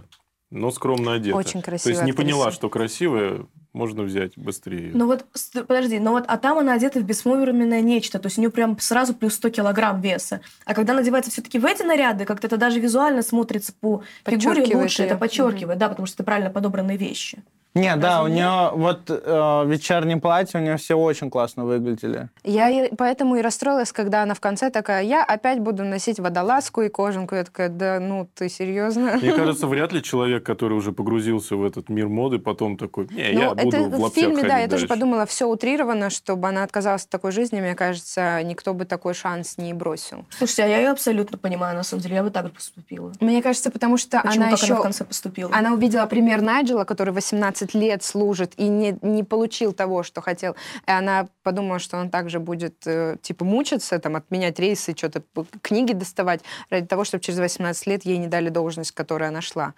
Speaker 1: но скромно одета.
Speaker 3: Очень
Speaker 1: То
Speaker 3: красивая
Speaker 1: есть не поняла,
Speaker 3: актриса.
Speaker 1: что красивая, можно взять быстрее.
Speaker 2: Ну вот, с- подожди, но вот, а там она одета в бесформенное нечто, то есть у нее прям сразу плюс 100 килограмм веса. А когда она одевается все-таки в эти наряды, как-то это даже визуально смотрится по фигуре
Speaker 3: Подчеркивает
Speaker 2: лучше,
Speaker 3: её.
Speaker 2: это подчеркивает, да, потому что это правильно подобранные вещи.
Speaker 4: Не, да, у
Speaker 2: Разве нет?
Speaker 4: нее вот э, вечернее платье, у нее все очень классно выглядели.
Speaker 3: Я и- поэтому и расстроилась, когда она в конце такая, я опять буду носить водолазку и кожанку. Я такая, да ну ты серьезно? [laughs]
Speaker 1: Мне кажется, вряд ли человек, который уже погрузился в этот мир моды, потом такой, не, [laughs]
Speaker 3: Ну,
Speaker 1: я буду
Speaker 3: это
Speaker 1: в
Speaker 3: в
Speaker 1: лаптях
Speaker 3: фильме,
Speaker 1: ходить
Speaker 3: да, я тоже
Speaker 1: дальше».
Speaker 3: подумала, все утрировано, чтобы она отказалась от такой жизни, мне кажется, никто бы такой шанс не бросил.
Speaker 2: Слушайте, а я ее абсолютно понимаю, на самом деле, я бы так же поступила.
Speaker 3: Мне кажется, потому что
Speaker 2: Почему,
Speaker 3: А она
Speaker 2: как
Speaker 3: еще...
Speaker 2: она в конце поступила?
Speaker 3: Она увидела пример Найджела, который 18 лет служит и не, не получил того, что хотел. И она подумала, что он также будет, э, типа, мучиться, там, отменять рейсы, что-то, п- книги доставать, ради того, чтобы через 18 лет ей не дали должность, которую она шла.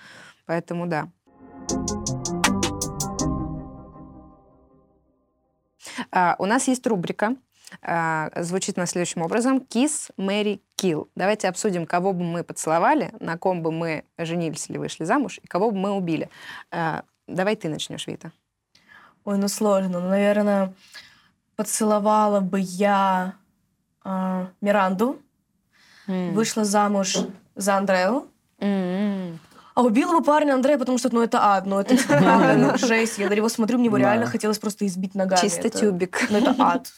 Speaker 3: Поэтому да. А, У нас есть рубрика. а, Звучит она следующим образом. Kiss, Mary, Kill. Давайте обсудим, кого бы мы поцеловали, на ком бы мы женились или вышли замуж, и кого бы мы убили. А, Давай ты начнешь, Вита.
Speaker 2: Ой, ну сложно. Ну, наверное, поцеловала бы я а, Миранду, вышла замуж за Андрею,
Speaker 3: М.
Speaker 2: а убила бы парня Андрея, потому что, ну, это ад, ну, это правда, ну, жесть. Я на него смотрю, мне его
Speaker 6: Да.
Speaker 2: реально хотелось просто избить ногами.
Speaker 3: Чисто
Speaker 2: Это-
Speaker 3: тюбик.
Speaker 2: Ну, это ад.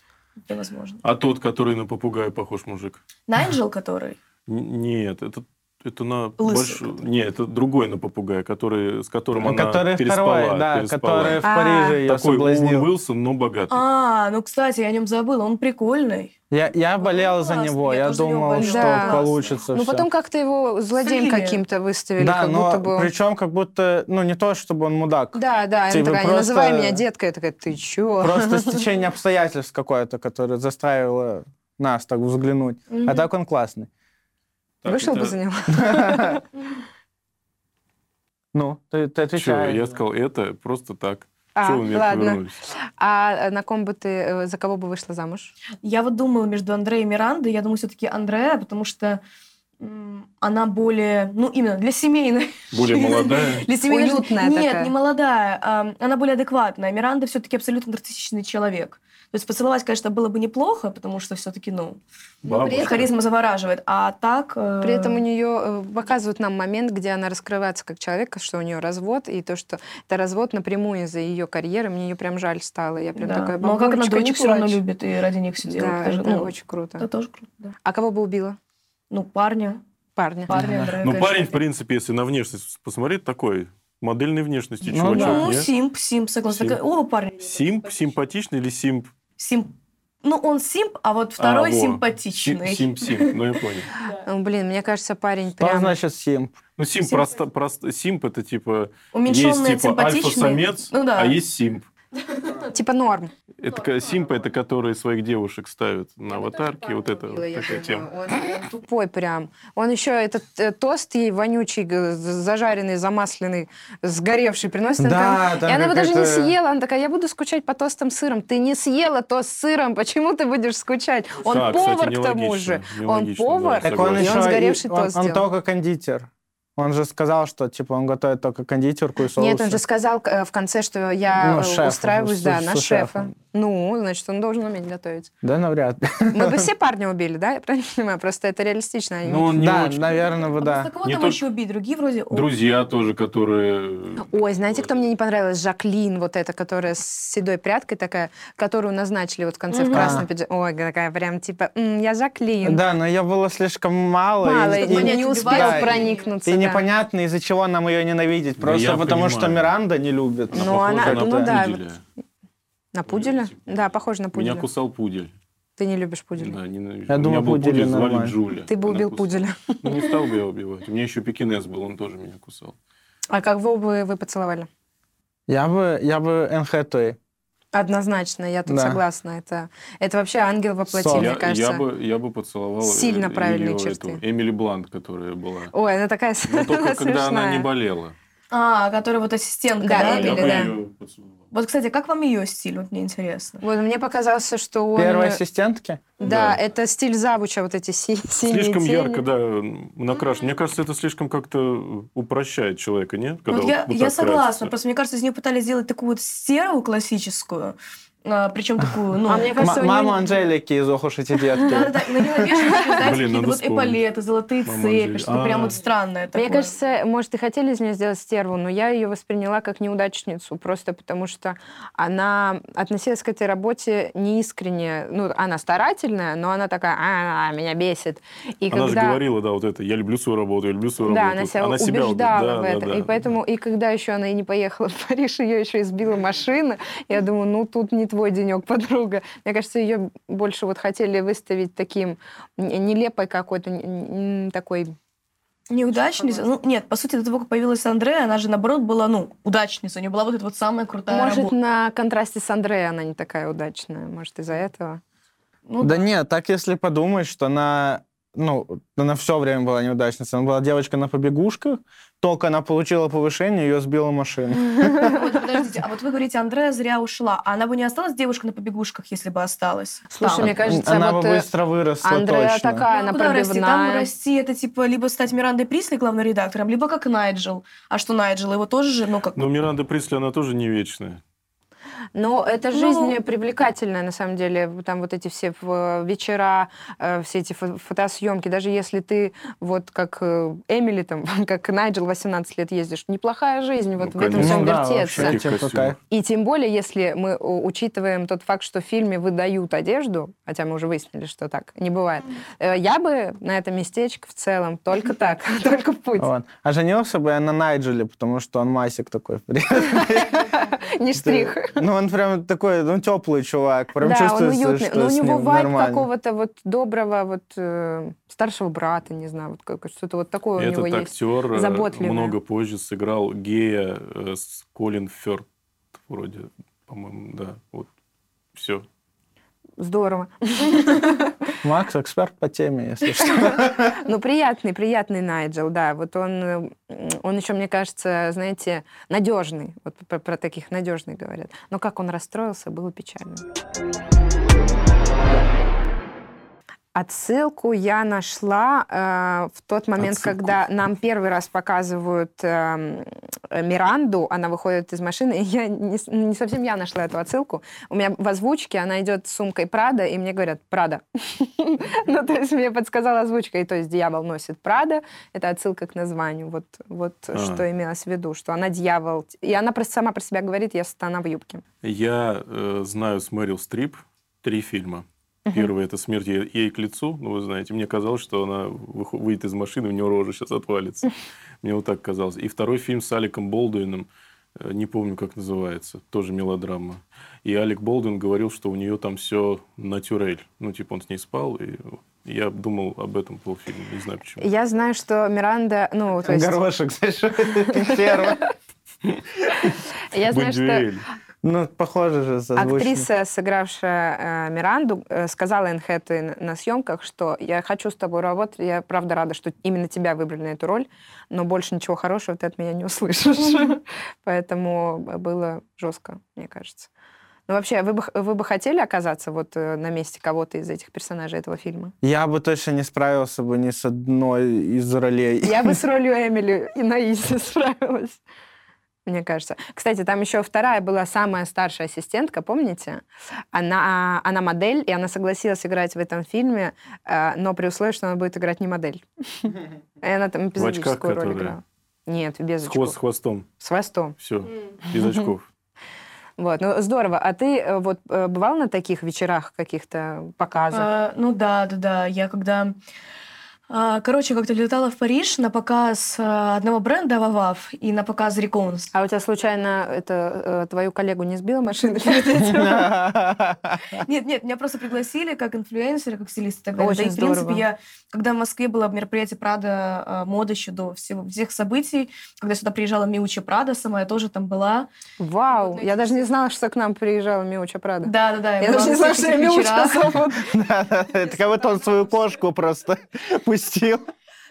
Speaker 1: [laughs]
Speaker 2: Это возможно.
Speaker 1: А тот, который на попугая похож мужик?
Speaker 2: Найджел, который...
Speaker 1: Н- Нет, это это на
Speaker 2: Лысый
Speaker 1: большую... Нет, это другой на попугая, который, с которым она
Speaker 4: Ну, Который
Speaker 1: переспала.
Speaker 4: второй, да,
Speaker 1: переспала.
Speaker 4: который в
Speaker 3: А.
Speaker 4: Париже ее
Speaker 1: Такой Оуэн
Speaker 4: соблазнил.
Speaker 1: Уилсон, но богатый.
Speaker 2: А, ну, кстати, я о нем забыла. Он прикольный.
Speaker 4: Я, я болел за
Speaker 2: классный,
Speaker 4: него,
Speaker 2: я
Speaker 4: я
Speaker 2: тоже за него
Speaker 4: думал,
Speaker 2: болела.
Speaker 4: что
Speaker 3: Да.
Speaker 4: получится
Speaker 3: Ну,
Speaker 4: всё.
Speaker 3: потом как-то его злодеем
Speaker 2: Слили.
Speaker 3: каким-то выставили,
Speaker 4: а Да,
Speaker 3: как
Speaker 4: но
Speaker 3: будто бы он-
Speaker 4: причем как будто, ну, не то, чтобы он мудак.
Speaker 3: Да, да, она
Speaker 4: Типа
Speaker 3: такая, не
Speaker 4: просто-
Speaker 3: называй меня деткой. Я такая, ты чё? [laughs]
Speaker 4: Просто стечение обстоятельств какое-то, которое заставило нас так взглянуть. А
Speaker 2: Мгм.
Speaker 4: так он классный.
Speaker 1: Так,
Speaker 3: Вышел бы
Speaker 1: это-
Speaker 3: за него.
Speaker 4: Ну, ты, ты
Speaker 1: Чё,
Speaker 4: отвечаешь.
Speaker 1: я сказал, это просто так.
Speaker 3: А,
Speaker 1: Чё вы меня
Speaker 3: ладно.
Speaker 1: повернулись?
Speaker 3: А э, на ком бы ты, э, за кого бы вышла замуж?
Speaker 2: Я вот думала между Андреем и Мирандой. Я думаю, все-таки Андрея, потому что м, она более, ну, именно для семейной. [laughs]
Speaker 1: Более
Speaker 2: Ну,
Speaker 1: молодая.
Speaker 2: Для семейной жизни.
Speaker 3: Уютная
Speaker 2: Нет,
Speaker 3: такая.
Speaker 2: не молодая. а, Она более адекватная. Миранда все-таки абсолютно нарциссичный человек. То есть поцеловать, конечно, было бы неплохо, потому что все-таки, ну,
Speaker 3: Ну, при
Speaker 1: Бабушка.
Speaker 3: этом-
Speaker 2: харизма завораживает. А так... э,
Speaker 3: При этом у нее показывают нам момент, где она раскрывается как человек, а что у нее развод, и то, что это развод напрямую из-за ее карьеры, мне ее прям жаль стало. Я прям
Speaker 2: да.
Speaker 3: такая,
Speaker 2: Ну, а как она
Speaker 3: «Бабулечка, не
Speaker 2: дочек все равно
Speaker 3: плачь».
Speaker 2: любит и ради них все делает.
Speaker 3: Да,
Speaker 2: Даже,
Speaker 3: это
Speaker 2: ну,
Speaker 3: очень круто.
Speaker 2: это тоже круто, да.
Speaker 3: А кого бы убила?
Speaker 2: Ну, парня.
Speaker 3: Парня.
Speaker 2: Парня Андрея,
Speaker 1: Ну,
Speaker 2: конечно,
Speaker 1: парень, в
Speaker 2: опять.
Speaker 1: принципе, если на внешность посмотреть, такой модельной внешности
Speaker 4: Ну да.
Speaker 1: чувачок,
Speaker 2: Ну,
Speaker 1: нет?
Speaker 2: симп, симп, согласна.
Speaker 1: Симп.
Speaker 2: Такая, Оба парня.
Speaker 1: Симп симпатичный или симп...
Speaker 2: Симп. Ну, он симп, а вот второй
Speaker 1: во.
Speaker 2: симпатичный.
Speaker 1: Симп-симп, ну я понял.
Speaker 3: Ну, Блин, мне кажется, парень
Speaker 4: Что
Speaker 3: прям...
Speaker 4: значит симп?
Speaker 1: Ну, симп,
Speaker 2: Симп.
Speaker 1: просто, просто, симп это типа... Есть
Speaker 2: Уменьшенный,
Speaker 1: типа
Speaker 2: симпатичный.
Speaker 1: альфа-самец,
Speaker 2: Ну да.
Speaker 1: а есть симп.
Speaker 3: Типа норм.
Speaker 1: Это, ка- симпы, это которые своих девушек ставят на аватарке, вот это вот такая тема.
Speaker 3: Он, он тупой прям. Он еще этот э, тост ей вонючий, г- з- зажаренный, замасленный, сгоревший приносит. Она
Speaker 4: Да,
Speaker 3: такая,
Speaker 4: там
Speaker 3: и она его даже не
Speaker 4: какая-то-
Speaker 3: съела. Она такая, я буду скучать по тостам с сыром. Ты не съела тост с сыром, почему ты будешь скучать? Он
Speaker 1: Да, А, кстати,
Speaker 3: повар к тому
Speaker 1: нелогично,
Speaker 3: же. Он
Speaker 1: нелогично, да,
Speaker 3: повар.
Speaker 1: Так
Speaker 4: Так
Speaker 1: он
Speaker 4: он
Speaker 3: И
Speaker 4: еще...
Speaker 3: он сгоревший
Speaker 4: он,
Speaker 3: тост
Speaker 4: он
Speaker 3: делал.
Speaker 4: только кондитер. Он же сказал, что типа он готовит только кондитерку и соусы.
Speaker 3: Нет, он же сказал э, в конце, что я
Speaker 4: Ну,
Speaker 3: э,
Speaker 4: шеф,
Speaker 3: устраиваюсь
Speaker 4: с-
Speaker 3: да,
Speaker 4: с
Speaker 3: на шефа.
Speaker 4: шефом.
Speaker 3: Ну, значит, он должен уметь готовить.
Speaker 4: Да, навряд ли.
Speaker 3: Мы бы все парня убили, да? Я правильно понимаю? Просто это реалистично. они не
Speaker 1: Ну, он не
Speaker 4: Да,
Speaker 1: очень.
Speaker 4: наверное,
Speaker 2: А
Speaker 4: бы
Speaker 2: просто
Speaker 4: да.
Speaker 2: кого
Speaker 1: Не
Speaker 2: там
Speaker 1: только-
Speaker 2: еще убить? Другие вроде... о,
Speaker 1: Друзья тоже, которые... э,
Speaker 3: Ой, знаете, кто мне не понравилась? Жаклин, вот эта, которая с седой прядкой такая, которую назначили вот в конце в
Speaker 2: Мгм.
Speaker 3: красном
Speaker 4: А.
Speaker 3: пиджаке. Ой, такая прям типа, «М, я Жаклин.
Speaker 4: Да, но ее было слишком мало. и-
Speaker 3: Мало, и
Speaker 4: и-
Speaker 2: понять,
Speaker 3: не успел
Speaker 4: убивают.
Speaker 3: проникнуться.
Speaker 4: И
Speaker 3: да.
Speaker 4: непонятно, из-за чего нам ее ненавидеть.
Speaker 1: Да
Speaker 4: Просто
Speaker 1: Ну, я
Speaker 4: потому, что
Speaker 1: понимаю.
Speaker 4: Миранда не любит.
Speaker 3: Ну, она-
Speaker 1: похожа на
Speaker 3: ну да,
Speaker 1: пуделя.
Speaker 3: На пуделя? Да, похоже на пуделя.
Speaker 1: Меня кусал пудель.
Speaker 3: Ты не любишь пуделя.
Speaker 1: Да, ненавижу.
Speaker 4: Я
Speaker 1: У меня
Speaker 4: думал,
Speaker 1: был
Speaker 4: пуделя
Speaker 1: пудель, звали
Speaker 4: нормально.
Speaker 1: Джули.
Speaker 3: Ты бы
Speaker 1: Она
Speaker 3: убил
Speaker 1: кусала.
Speaker 3: пуделя. [laughs]
Speaker 1: Ну, не стал бы я убивать. У меня еще пекинес был, он тоже меня кусал.
Speaker 3: А кого бы вы поцеловали?
Speaker 4: Я бы, я бы Энн Хэтэуэй.
Speaker 3: Однозначно, я тут
Speaker 4: Да.
Speaker 3: согласна. Это, это вообще ангел во плоти,
Speaker 4: Сок.
Speaker 3: мне
Speaker 1: я,
Speaker 3: кажется.
Speaker 1: я бы, я бы поцеловал
Speaker 3: Сильно
Speaker 1: э,
Speaker 3: правильные
Speaker 1: её
Speaker 3: черты.
Speaker 1: эту, Эмили Блант, которая была.
Speaker 3: Ой, она такая
Speaker 1: Но
Speaker 3: она
Speaker 1: только когда она
Speaker 3: смешная.
Speaker 1: не болела.
Speaker 2: А, который вот ассистентка,
Speaker 3: Да,
Speaker 2: да?
Speaker 3: Эмили,
Speaker 1: я бы
Speaker 3: да.
Speaker 1: ее поцеловал.
Speaker 2: Вот, кстати, а как вам ее стиль? Вот мне интересно.
Speaker 3: Вот мне показалось, что он...
Speaker 4: Первой ассистентки?
Speaker 3: Да,
Speaker 1: Да.
Speaker 3: это стиль завуча, вот эти си- синие
Speaker 1: Слишком
Speaker 3: тени.
Speaker 1: ярко, да, м, накрашен. Мне кажется, это слишком как-то упрощает человека, нет? Когда
Speaker 2: вот я,
Speaker 1: вот
Speaker 2: я
Speaker 1: так
Speaker 2: согласна.
Speaker 1: красится.
Speaker 2: Просто мне кажется, из нее пытались сделать такую вот серую классическую, причем
Speaker 3: [laughs]
Speaker 2: такую, ну...
Speaker 3: А мне
Speaker 2: [laughs]
Speaker 3: кажется,
Speaker 4: М-
Speaker 3: у
Speaker 4: мама
Speaker 3: неё-
Speaker 4: Анжелики из «Ох уж эти детки».
Speaker 2: Да-да-да, и на нее вешают знаешь,
Speaker 1: Блин,
Speaker 2: какие-то
Speaker 1: надо
Speaker 2: вот
Speaker 1: вспомнить.
Speaker 2: эполеты, золотые
Speaker 1: Мама
Speaker 2: цепи,
Speaker 1: Анжели.
Speaker 2: что-то прям
Speaker 1: А.
Speaker 2: вот странное такое.
Speaker 3: Мне кажется, может, и хотели из нее сделать стерву, но я ее восприняла как неудачницу, просто потому что она относилась к этой работе неискренне. Ну, она старательная, но она такая, а, меня бесит. И
Speaker 1: Она
Speaker 3: когда...
Speaker 1: же говорила, да, вот это, я люблю свою работу, я люблю свою
Speaker 3: Да,
Speaker 1: работу.
Speaker 3: она себя
Speaker 1: уб-
Speaker 3: убеждала
Speaker 1: да,
Speaker 3: в
Speaker 1: да,
Speaker 3: этом.
Speaker 1: да,
Speaker 3: и
Speaker 1: да.
Speaker 3: поэтому, и когда еще она и не поехала в Париж, ее еще избила машина. Я думаю, ну тут не твой денек, подруга. Мне кажется, ее больше вот хотели выставить таким н- нелепой какой-то, н- н- такой...
Speaker 2: Неудачница? Ну, нет, по сути, до того, как появилась Андрея, она же, наоборот, была, ну, удачница. У нее была вот эта вот самая крутая
Speaker 3: Может,
Speaker 2: работа.
Speaker 3: на контрасте с Андреей она не такая удачная. Может, из-за этого.
Speaker 2: Ну,
Speaker 4: Да нет, так если подумать, что она ну, она все время была неудачницей. Она была девочка на побегушках, только она получила повышение, ее сбила машина.
Speaker 2: Вот, подождите, а вот вы говорите, Андрея зря ушла. А она бы не осталась девушкой на побегушках, если бы осталась?
Speaker 3: Слушай,
Speaker 2: Там.
Speaker 3: мне кажется,
Speaker 4: она
Speaker 3: вот
Speaker 4: бы
Speaker 3: э,
Speaker 4: быстро выросла
Speaker 3: Андрея
Speaker 4: точно.
Speaker 3: такая, она
Speaker 2: Ну, куда расти? Там
Speaker 3: пробивная.
Speaker 2: расти, это типа либо стать Мирандой Присли, главным редактором, либо как Найджел. А что Найджел? Его тоже же, ну как...
Speaker 1: Но Миранда Присли, она тоже не вечная.
Speaker 3: Но это жизнь
Speaker 2: Ну.
Speaker 3: привлекательная, на самом деле. Там вот эти все в- вечера, э, все эти фо- фотосъемки. Даже если ты вот как э, Эмили, там, [laughs] как Найджел 18 лет ездишь, неплохая жизнь вот
Speaker 1: Ну,
Speaker 3: в этом
Speaker 1: конечно.
Speaker 3: всем
Speaker 1: Ну
Speaker 4: да,
Speaker 3: вертеться.
Speaker 4: вообще,
Speaker 1: Каких
Speaker 4: типа,
Speaker 1: костюмов?
Speaker 4: кайф.
Speaker 3: И тем более, если мы у- учитываем тот факт, что в фильме выдают одежду, хотя мы уже выяснили, что так не бывает, э, я бы на это местечко в целом только так, [laughs] только в путь.
Speaker 4: Вот. А женился бы я на Найджеле, потому что он масик такой. [laughs]
Speaker 3: [laughs] Не штрих.
Speaker 4: Ну, он прям такой, ну, теплый чувак. Прям
Speaker 3: да,
Speaker 4: чувствуется,
Speaker 3: он уютный.
Speaker 4: что
Speaker 3: Но у
Speaker 4: с
Speaker 3: него
Speaker 4: ним
Speaker 3: вайб
Speaker 4: нормально.
Speaker 3: какого-то вот доброго вот э, старшего брата, не знаю, вот как- что-то вот такое у
Speaker 1: Этот
Speaker 3: него есть.
Speaker 1: актер э,
Speaker 3: заботливая.
Speaker 1: много позже сыграл гея э, с Колин Фёрд. Вроде, по-моему, да. Вот. Все.
Speaker 3: Здорово.
Speaker 4: Макс эксперт по
Speaker 3: [laughs]
Speaker 4: теме, если что.
Speaker 3: Ну, приятный, приятный Найджел, да. Вот он, э, м, он еще, мне кажется, знаете, надежный. Вот про, про таких надежных говорят. Но как он расстроился, было печально. Отсылку я нашла э, в тот момент,
Speaker 1: Отсылку.
Speaker 3: когда нам первый раз показывают эм, э, Миранду, она выходит из машины, [laughs] и я не, с- не совсем я нашла эту отсылку. У меня в озвучке она идет с сумкой Прада, и мне говорят Прада. [laughs] Ну, то есть мне подсказала озвучка, и то есть дьявол носит Прада, это отсылка к названию, вот, вот
Speaker 1: А.
Speaker 3: что имелось в виду, что она дьявол, и она просто сама про себя говорит, я сатана в юбке.
Speaker 1: Я э, знаю с Мэрил Стрип три фильма. Первый – это «Смерть ей, ей к лицу». Ну, вы знаете, мне казалось, что она вых- выйдет из машины, у нее рожа сейчас отвалится. Мне вот так казалось. И второй фильм с Аликом Болдуином, э, не помню, как называется, тоже мелодрама. И Алик Болдуин говорил, что у нее там все натюрель. Ну, типа он с ней спал, и я думал об этом полфильма, не знаю почему.
Speaker 3: Я знаю, что Миранда, ну, то есть...
Speaker 4: Горошек, знаешь, ферма.
Speaker 3: Я знаю, что
Speaker 1: Бондюэль.
Speaker 4: Ну, похоже же, созвучно.
Speaker 3: Актриса, сыгравшая э, Миранду, э, сказала Энн Хэтэуэй на- на съемках, что я хочу с тобой работать, я правда рада, что именно тебя выбрали на эту роль, но больше ничего хорошего ты от меня не услышишь. [laughs] Поэтому было жестко, мне кажется. Ну вообще, вы бы, х- вы бы хотели оказаться вот э, на месте кого-то из этих персонажей этого фильма?
Speaker 4: Я бы точно не справился бы ни с одной из ролей. [laughs]
Speaker 3: Я бы с ролью Эмили и Наиси справилась. Мне кажется. Кстати, там еще вторая была самая старшая ассистентка, помните? Она, она модель, и она согласилась играть в этом фильме, э, но при условии, что она будет играть не модель. И она там эпизодическую роль
Speaker 1: которые?
Speaker 3: играла. Нет, без
Speaker 1: С хвост- с
Speaker 3: очков.
Speaker 1: хвостом.
Speaker 3: С хвостом.
Speaker 1: Все, без очков.
Speaker 3: Вот, ну здорово. А ты э, вот э, бывал на таких вечерах каких-то показах?
Speaker 2: А, ну да, да, да. Я когда... а, Короче, как-то летала в Париж на показ а, одного бренда Вавав и на показ Реконс.
Speaker 3: А у тебя случайно это э, твою коллегу не сбила машина перед этим?
Speaker 2: Нет, нет, меня просто пригласили как инфлюенсера, как стилиста и так далее.
Speaker 3: Очень
Speaker 2: да и, в принципе,
Speaker 3: здорово.
Speaker 2: я, когда в Москве было мероприятие Прада а, мода еще до всего, всех событий, когда сюда приезжала Миуча Прада сама, я тоже там была.
Speaker 3: Вау, я даже не знала, что к нам приезжала Миуча Прада.
Speaker 2: Да-да-да.
Speaker 3: Я
Speaker 2: была
Speaker 3: даже не
Speaker 2: на
Speaker 3: знаю,
Speaker 2: всех
Speaker 3: что я
Speaker 2: этих
Speaker 3: Миуча
Speaker 2: вечерах.
Speaker 3: зовут.
Speaker 4: Это как будто он свою кошку просто [laughs] пустил.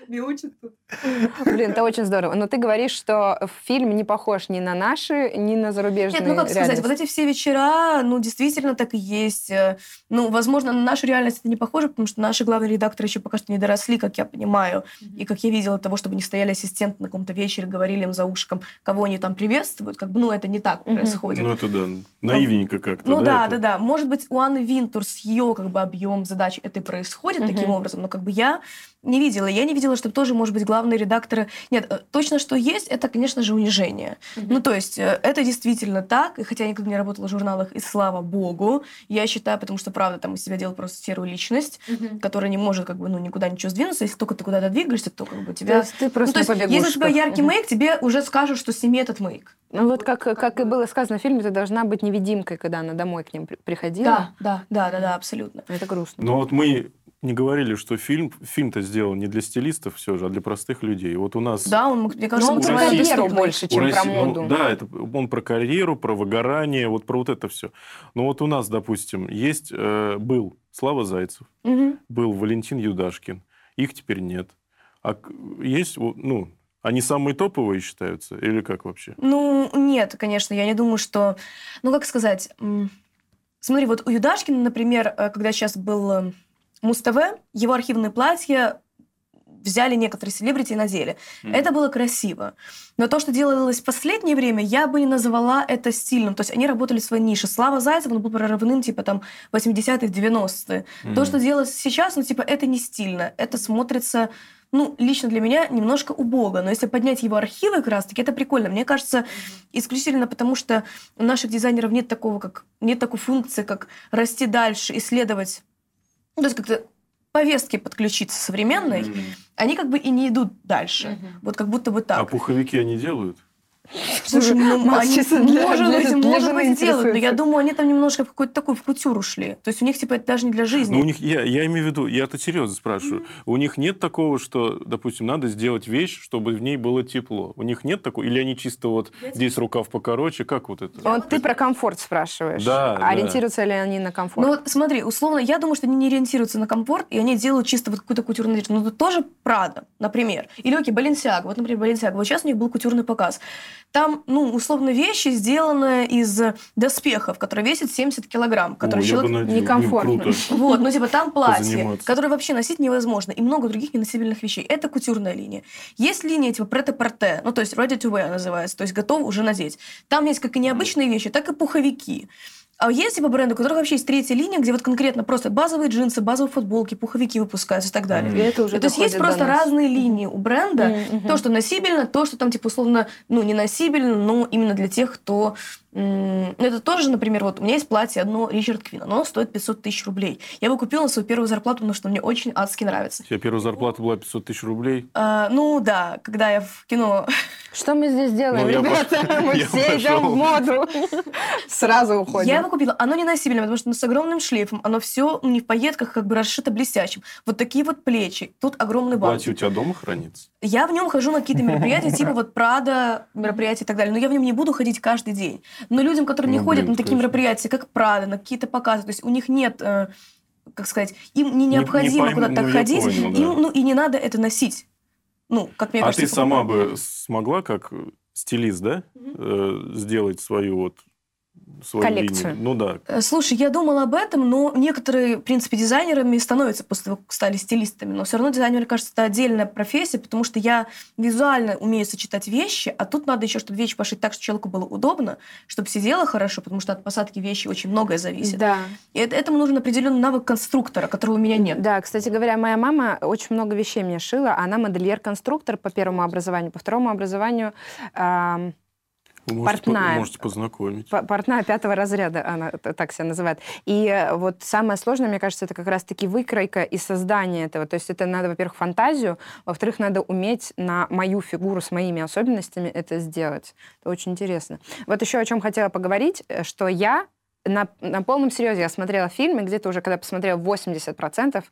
Speaker 3: Блин, это очень здорово. Но ты говоришь, что фильм не похож ни на наши, ни на зарубежные
Speaker 2: Нет, ну как сказать, вот эти все вечера, ну, действительно так и есть. Э, Ну, возможно, на нашу реальность это не похоже, потому что наши главные редакторы еще пока что не доросли, как я понимаю. И как я видела того, чтобы не стояли ассистенты на каком-то вечере, говорили им за ушком, кого они там приветствуют, как бы, ну, это не так
Speaker 3: Мгм.
Speaker 2: происходит.
Speaker 1: Ну, это да, наивненько как-то.
Speaker 2: Ну да, да,
Speaker 1: это?
Speaker 2: да. Может быть, у Анны Винтур с ее как бы объем задач это и происходит таким
Speaker 3: Мгм.
Speaker 2: образом, но как бы я не видела. Я не видела, что тоже, может быть, главные редакторы... Нет, э, точно, что есть, это, конечно же, унижение. Ну, то есть, э, это действительно так, и хотя я никогда не работала в журналах, и слава богу, я считаю, потому что, правда, там из себя делал просто серую личность, которая не может, как бы, ну, никуда ничего сдвинуться. Если только ты куда-то двигаешься, то, как бы, тебя...
Speaker 3: ты
Speaker 2: Ну,
Speaker 3: просто
Speaker 2: то есть, если у тебя яркий мейк, тебе уже скажут, что сними этот мейк.
Speaker 3: Ну вот как, как и было сказано в фильме, ты должна быть невидимкой, когда она домой к ним при-
Speaker 2: Да,
Speaker 3: приходила.
Speaker 2: да, да, да, да, абсолютно.
Speaker 3: Это грустно.
Speaker 1: Но вот мы не говорили, что фильм, фильм-то сделан не для стилистов все же, а для простых людей. Вот у нас...
Speaker 2: Да, он, мне
Speaker 3: Но
Speaker 2: кажется,
Speaker 3: Ну, он
Speaker 1: у
Speaker 3: про
Speaker 1: России-
Speaker 3: карьеру
Speaker 2: доступный.
Speaker 3: больше,
Speaker 1: у
Speaker 3: чем про
Speaker 1: России- ну,
Speaker 3: моду.
Speaker 1: да, это, он про карьеру, про выгорание, вот про вот это все. Но вот у нас, допустим, есть... э, был Слава Зайцев,
Speaker 2: Мгм.
Speaker 1: был Валентин Юдашкин. их теперь нет. А к- есть, вот, ну, они самые топовые считаются? Или как вообще?
Speaker 2: Ну, нет, конечно, я не думаю, что... Ну, как сказать... м, Смотри, вот у Юдашкина, например, э, когда сейчас был э, Муз-ТВ, его архивные платья взяли некоторые селебрити и надели. Это было красиво. Но то, что делалось в последнее время, я бы не назвала это стильным. То есть они работали в своей нише. Слава Зайцев, он был прорывным, типа, там, 80-е, 90-е. То, что делается сейчас, ну, типа, это не стильно. Это смотрится, ну, лично для меня немножко убого. Но если поднять его архивы как раз-таки, это прикольно. Мне кажется, исключительно потому, что у наших дизайнеров нет такого, как... Нет такой функции, как расти дальше, исследовать. Ну, то есть как-то повестки подключиться современной, они как бы и не идут дальше. Вот как будто бы
Speaker 1: А
Speaker 2: [laughs] так.
Speaker 1: пуховики они делают?
Speaker 2: Слушай, ну,
Speaker 9: Макс,
Speaker 2: они,
Speaker 9: честно, для-
Speaker 2: может
Speaker 9: для-
Speaker 2: быть,
Speaker 9: для
Speaker 2: может
Speaker 9: жены
Speaker 2: быть, делают, но я
Speaker 9: интересуется.
Speaker 2: думаю, они там немножко в какой-то такой в кутюр ушли. То есть у них, типа, это даже не для жизни.
Speaker 1: Ну, у них, я, я имею в виду, я это серьезно спрашиваю. У них нет такого, что, допустим, надо сделать вещь, чтобы в ней было тепло. У них нет такого? Или они чисто вот здесь рукав покороче? Как вот это?
Speaker 3: Вот ты про комфорт спрашиваешь. А
Speaker 1: Да, да.
Speaker 3: Ориентируются ли они на комфорт?
Speaker 2: Ну вот смотри, условно, я думаю, что они не ориентируются на комфорт, и они делают чисто вот какую-то кутюрную вещь. Ну, тут тоже Прада, например. Или, окей, Баленсиаг. Вот, например, Баленсиаг. Вот сейчас у них был кутюрный показ. Там, ну, условно, вещи сделаны из доспехов, которые весят 70 килограмм, которые
Speaker 1: О, я бы
Speaker 2: человек...
Speaker 1: надел. Блин,
Speaker 3: некомфортно. [laughs]
Speaker 1: круто.
Speaker 2: Вот, ну типа там платье,
Speaker 1: Позаниматься.
Speaker 2: которое вообще носить невозможно, и много других неносибельных вещей. Это кутюрная линия. Есть линия типа прет-а-порте, ну то есть ready to wear называется, то есть готов уже надеть. Там есть как и необычные вещи, так и пуховики. А есть типа бренды, у которых вообще есть третья линия, где вот конкретно просто базовые джинсы, базовые футболки, пуховики выпускаются и так далее.
Speaker 3: И это уже
Speaker 2: То есть есть
Speaker 3: доходит до
Speaker 2: просто
Speaker 3: нас.
Speaker 2: разные линии у бренда.
Speaker 3: Мгм, мгм.
Speaker 2: То, что носибельно, то, что там, типа, условно, ну, не носибельно, но именно для тех, кто... м, ну, Это тоже, например, вот у меня есть платье одно Ричард Квин, оно стоит 500 тысяч рублей. Я его купила на свою первую зарплату, потому что мне очень адски нравится.
Speaker 1: У тебя первая зарплата была 500 тысяч рублей.
Speaker 2: А, ну да, когда я в кино...
Speaker 3: Что мы здесь делаем,
Speaker 1: Ну, я
Speaker 3: ребята?
Speaker 1: пош-
Speaker 3: [laughs]
Speaker 1: [laughs]
Speaker 3: Мы
Speaker 1: я
Speaker 3: все идем
Speaker 1: пошел.
Speaker 3: в моду. [laughs] Сразу уходим.
Speaker 2: Я его купила, оно не носибельное, потому что оно с огромным шлейфом, оно все не в пайетках, как бы расшито блестящим. Вот такие вот плечи, тут огромный бант.
Speaker 1: Платье у тебя дома хранится?
Speaker 2: Я в нем хожу на
Speaker 1: [laughs]
Speaker 2: какие-то мероприятия, типа вот Прада мероприятия и так далее. Но я в нем не буду ходить каждый день. Но людям, которые не
Speaker 1: Ну,
Speaker 2: ходят
Speaker 1: блин,
Speaker 2: на такие
Speaker 1: конечно.
Speaker 2: мероприятия, как Прада, на какие-то показы, то есть у них нет, э, как сказать, им не
Speaker 1: не
Speaker 2: необходимо
Speaker 1: пойму,
Speaker 2: куда-то
Speaker 1: ну, я
Speaker 2: ходить,
Speaker 1: понял, да.
Speaker 2: им, ну и не надо это носить. Ну, как мне
Speaker 1: а
Speaker 2: кажется.
Speaker 1: ты
Speaker 2: это
Speaker 1: сама
Speaker 2: правильно.
Speaker 1: бы смогла, как э, стилист, да, э, сделать свою вот... Свою
Speaker 3: Коллекцию.
Speaker 1: линию? Ну да.
Speaker 2: Э, Слушай, я думала об этом, но некоторые, в принципе, дизайнерами становятся после того, как стали стилистами. Но все равно дизайнер, мне кажется, это отдельная профессия, потому что я визуально умею сочетать вещи, а тут надо еще, чтобы вещи пошить так, чтобы человеку было удобно, чтобы сидела хорошо, потому что от посадки вещи очень многое зависит.
Speaker 3: Да.
Speaker 2: И это- этому нужен определенный навык конструктора, которого у меня нет.
Speaker 3: Да, кстати говоря, моя мама очень много вещей мне шила. Она модельер-конструктор по первому образованию, по второму образованию эм,
Speaker 1: Вы можете, по-
Speaker 3: Портная.
Speaker 1: можете познакомить.
Speaker 3: П- Портная пятого разряда, она т- так себя называет. И э, вот самое сложное, мне кажется, это как раз-таки выкройка и создание этого. То есть это надо, во-первых, фантазию, во-вторых, надо уметь на мою фигуру с моими особенностями это сделать. Это очень интересно. Вот еще о чем хотела поговорить, э, что я на, на полном серьезе я смотрела фильм, и где-то уже, когда посмотрела 80%,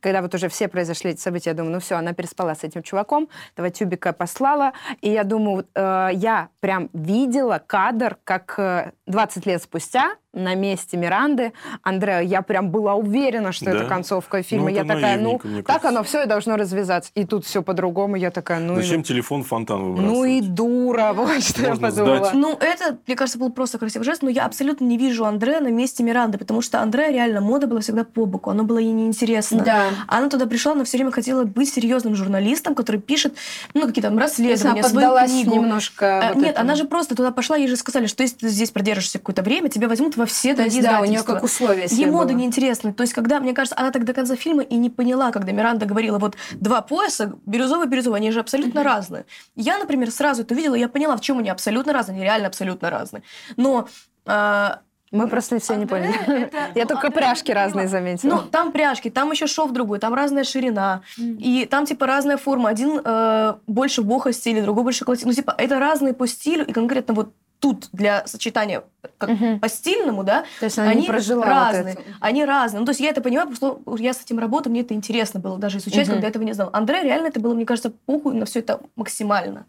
Speaker 3: когда вот уже все произошли эти события, я думаю, ну все, она переспала с этим чуваком, этого тюбика послала. И я думаю, вот, э, я прям видела кадр, как э, 20 лет спустя на месте Миранды, Андреа, я прям была уверена, что это
Speaker 1: Да?
Speaker 3: концовка фильма.
Speaker 1: Ну,
Speaker 3: я
Speaker 1: это
Speaker 3: такая, ну,
Speaker 1: наивненько, мне
Speaker 3: так
Speaker 1: кажется.
Speaker 3: оно все и должно развязаться. И тут все по-другому, я такая, ну,
Speaker 1: Зачем
Speaker 3: и,
Speaker 1: телефон в фонтан выбрасывать?
Speaker 3: ну и дура, [laughs] вот что я
Speaker 1: Можно
Speaker 3: подумала.
Speaker 1: сдать.
Speaker 2: Ну, это, мне кажется, был просто красивый жест, но я абсолютно не вижу Андрея на месте Миранды, потому что Андрея реально мода была всегда по боку, она была ей неинтересна.
Speaker 9: Да.
Speaker 2: Она туда пришла, она все время хотела быть серьезным журналистом, который пишет, ну, какие-то там
Speaker 9: Она
Speaker 2: расследования, свою
Speaker 9: поддалась
Speaker 2: книгу.
Speaker 9: немножко.
Speaker 2: Э,
Speaker 9: вот
Speaker 2: Нет,
Speaker 9: этому.
Speaker 2: она же просто туда пошла, ей же сказали, что если ты здесь продержишься какое-то время, тебя возьмут во все
Speaker 9: То есть,
Speaker 2: другие
Speaker 9: да, у нее
Speaker 2: издательства.
Speaker 9: как условие
Speaker 2: Ей
Speaker 9: себе
Speaker 2: мода
Speaker 9: было.
Speaker 2: неинтересна. То есть, когда, мне кажется, она так до конца фильма и не поняла, когда Миранда говорила, вот два пояса, бирюзовый и бирюзовый, они же абсолютно разные. Я, например, сразу это увидела, я поняла, в чем они абсолютно разные, они реально абсолютно разные. Но э,
Speaker 3: Мы просто все не
Speaker 2: Андреа [laughs]
Speaker 3: поняли.
Speaker 2: это-
Speaker 3: Я
Speaker 2: ну,
Speaker 3: только
Speaker 2: Андреа
Speaker 3: пряжки
Speaker 2: я поняла.
Speaker 3: разные заметила.
Speaker 2: А, Ну, там пряжки, там еще шов другой, там разная ширина, и там, типа, разная форма. Один э, больше бога стиля, другой больше классика. Ну, типа, это разные по стилю, и конкретно вот тут для сочетания как
Speaker 3: Мгм.
Speaker 2: по стильному, да,
Speaker 3: То есть она
Speaker 2: они
Speaker 3: не прожила вот
Speaker 2: разные.
Speaker 3: это.
Speaker 2: Они разные. Ну, то есть я это понимаю, потому что я с этим работаю, мне это интересно было даже изучать,
Speaker 3: Мгм.
Speaker 2: когда я этого не знала. Андре реально это было, мне кажется, похуй на все это максимально.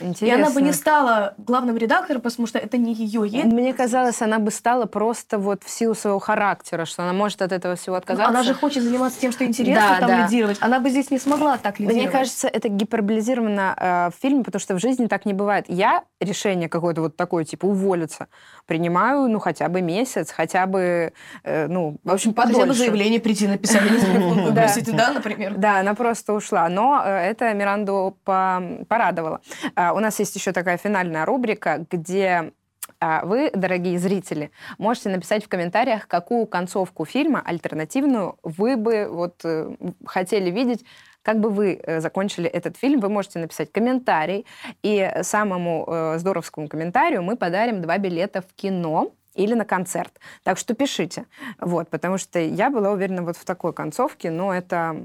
Speaker 3: Интересно.
Speaker 2: И она бы не стала главным редактором, потому что это не ее ей.
Speaker 3: Мне казалось, она бы стала просто вот в силу своего характера, что она может от этого всего отказаться.
Speaker 2: Ну, Она же хочет заниматься тем, что интересно,
Speaker 3: Да,
Speaker 2: там
Speaker 3: да.
Speaker 2: лидировать. Она бы здесь не смогла так лидировать.
Speaker 3: Мне кажется, это гиперболизировано э, в фильме, потому что в жизни так не бывает. Я решение какое-то вот такое, типа уволиться, принимаю, ну, хотя бы месяц, хотя бы, э, ну, в общем, подольше.
Speaker 2: Хотя бы заявление прийти написать,
Speaker 3: [laughs]
Speaker 2: а не телефон
Speaker 3: Да.
Speaker 2: выбросить, да, например.
Speaker 3: Да, она просто ушла, но э, это Миранду по- порадовало. А, У нас есть еще такая финальная рубрика, где а, вы, дорогие зрители, можете написать в комментариях, какую концовку фильма альтернативную вы бы вот э, хотели видеть. Как бы вы э, закончили этот фильм, вы можете написать комментарий. И самому э, здоровскому комментарию мы подарим два билета в кино или на концерт. Так что пишите. Вот, потому что я была уверена вот в такой концовке, но это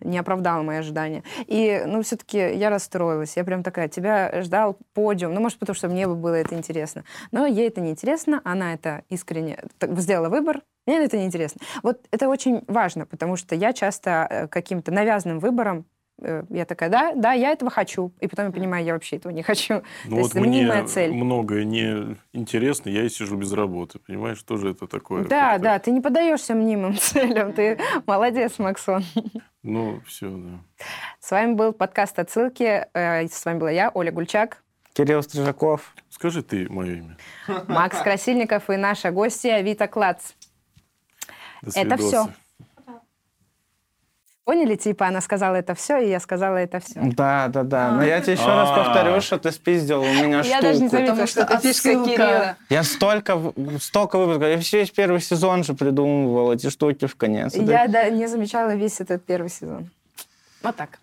Speaker 3: не оправдало мои ожидания. И, ну, все-таки я расстроилась. Я прям такая, тебя ждал подиум. Ну, может, потому что мне бы было это интересно. Но ей это не интересно, она это искренне т- сделала выбор, мне это не интересно. Вот это очень важно, потому что я часто э, каким-то навязанным выбором э, я такая, да, да, я этого хочу. И потом я понимаю, я вообще этого не хочу.
Speaker 1: Ну
Speaker 3: То
Speaker 1: вот
Speaker 3: есть мнимая
Speaker 1: мне
Speaker 3: цель.
Speaker 1: многое не интересно, я и сижу без работы. Понимаешь, что же это такое?
Speaker 3: да,
Speaker 1: Как-то,
Speaker 3: да, ты не подаешься мнимым [laughs] целям. Ты молодец, Максон.
Speaker 1: Ну, все, да.
Speaker 3: С вами был подкаст «Отсылки». Э, С вами была я, Оля Гульчак,
Speaker 4: Кирилл Стрижаков.
Speaker 1: Скажи ты мое имя.
Speaker 3: [laughs] Макс Красильников и наша гостья Вита Клац.
Speaker 1: До
Speaker 3: Это всё.
Speaker 1: свидоса.
Speaker 3: Поняли, типа, она сказала это все, и я сказала это все.
Speaker 4: Да, да, да. Но я тебе еще раз
Speaker 1: А.
Speaker 4: повторю, что ты спиздил у меня
Speaker 3: Я даже не
Speaker 4: штуку.
Speaker 3: заметила,
Speaker 2: Потому
Speaker 3: что
Speaker 2: что
Speaker 3: это фишка
Speaker 2: отсылка.
Speaker 3: Кирилла.
Speaker 4: Я столько, в- столько выпусков. Я весь первый сезон же придумывал эти штуки в конец.
Speaker 3: Я да, не замечала весь этот первый сезон. Вот так.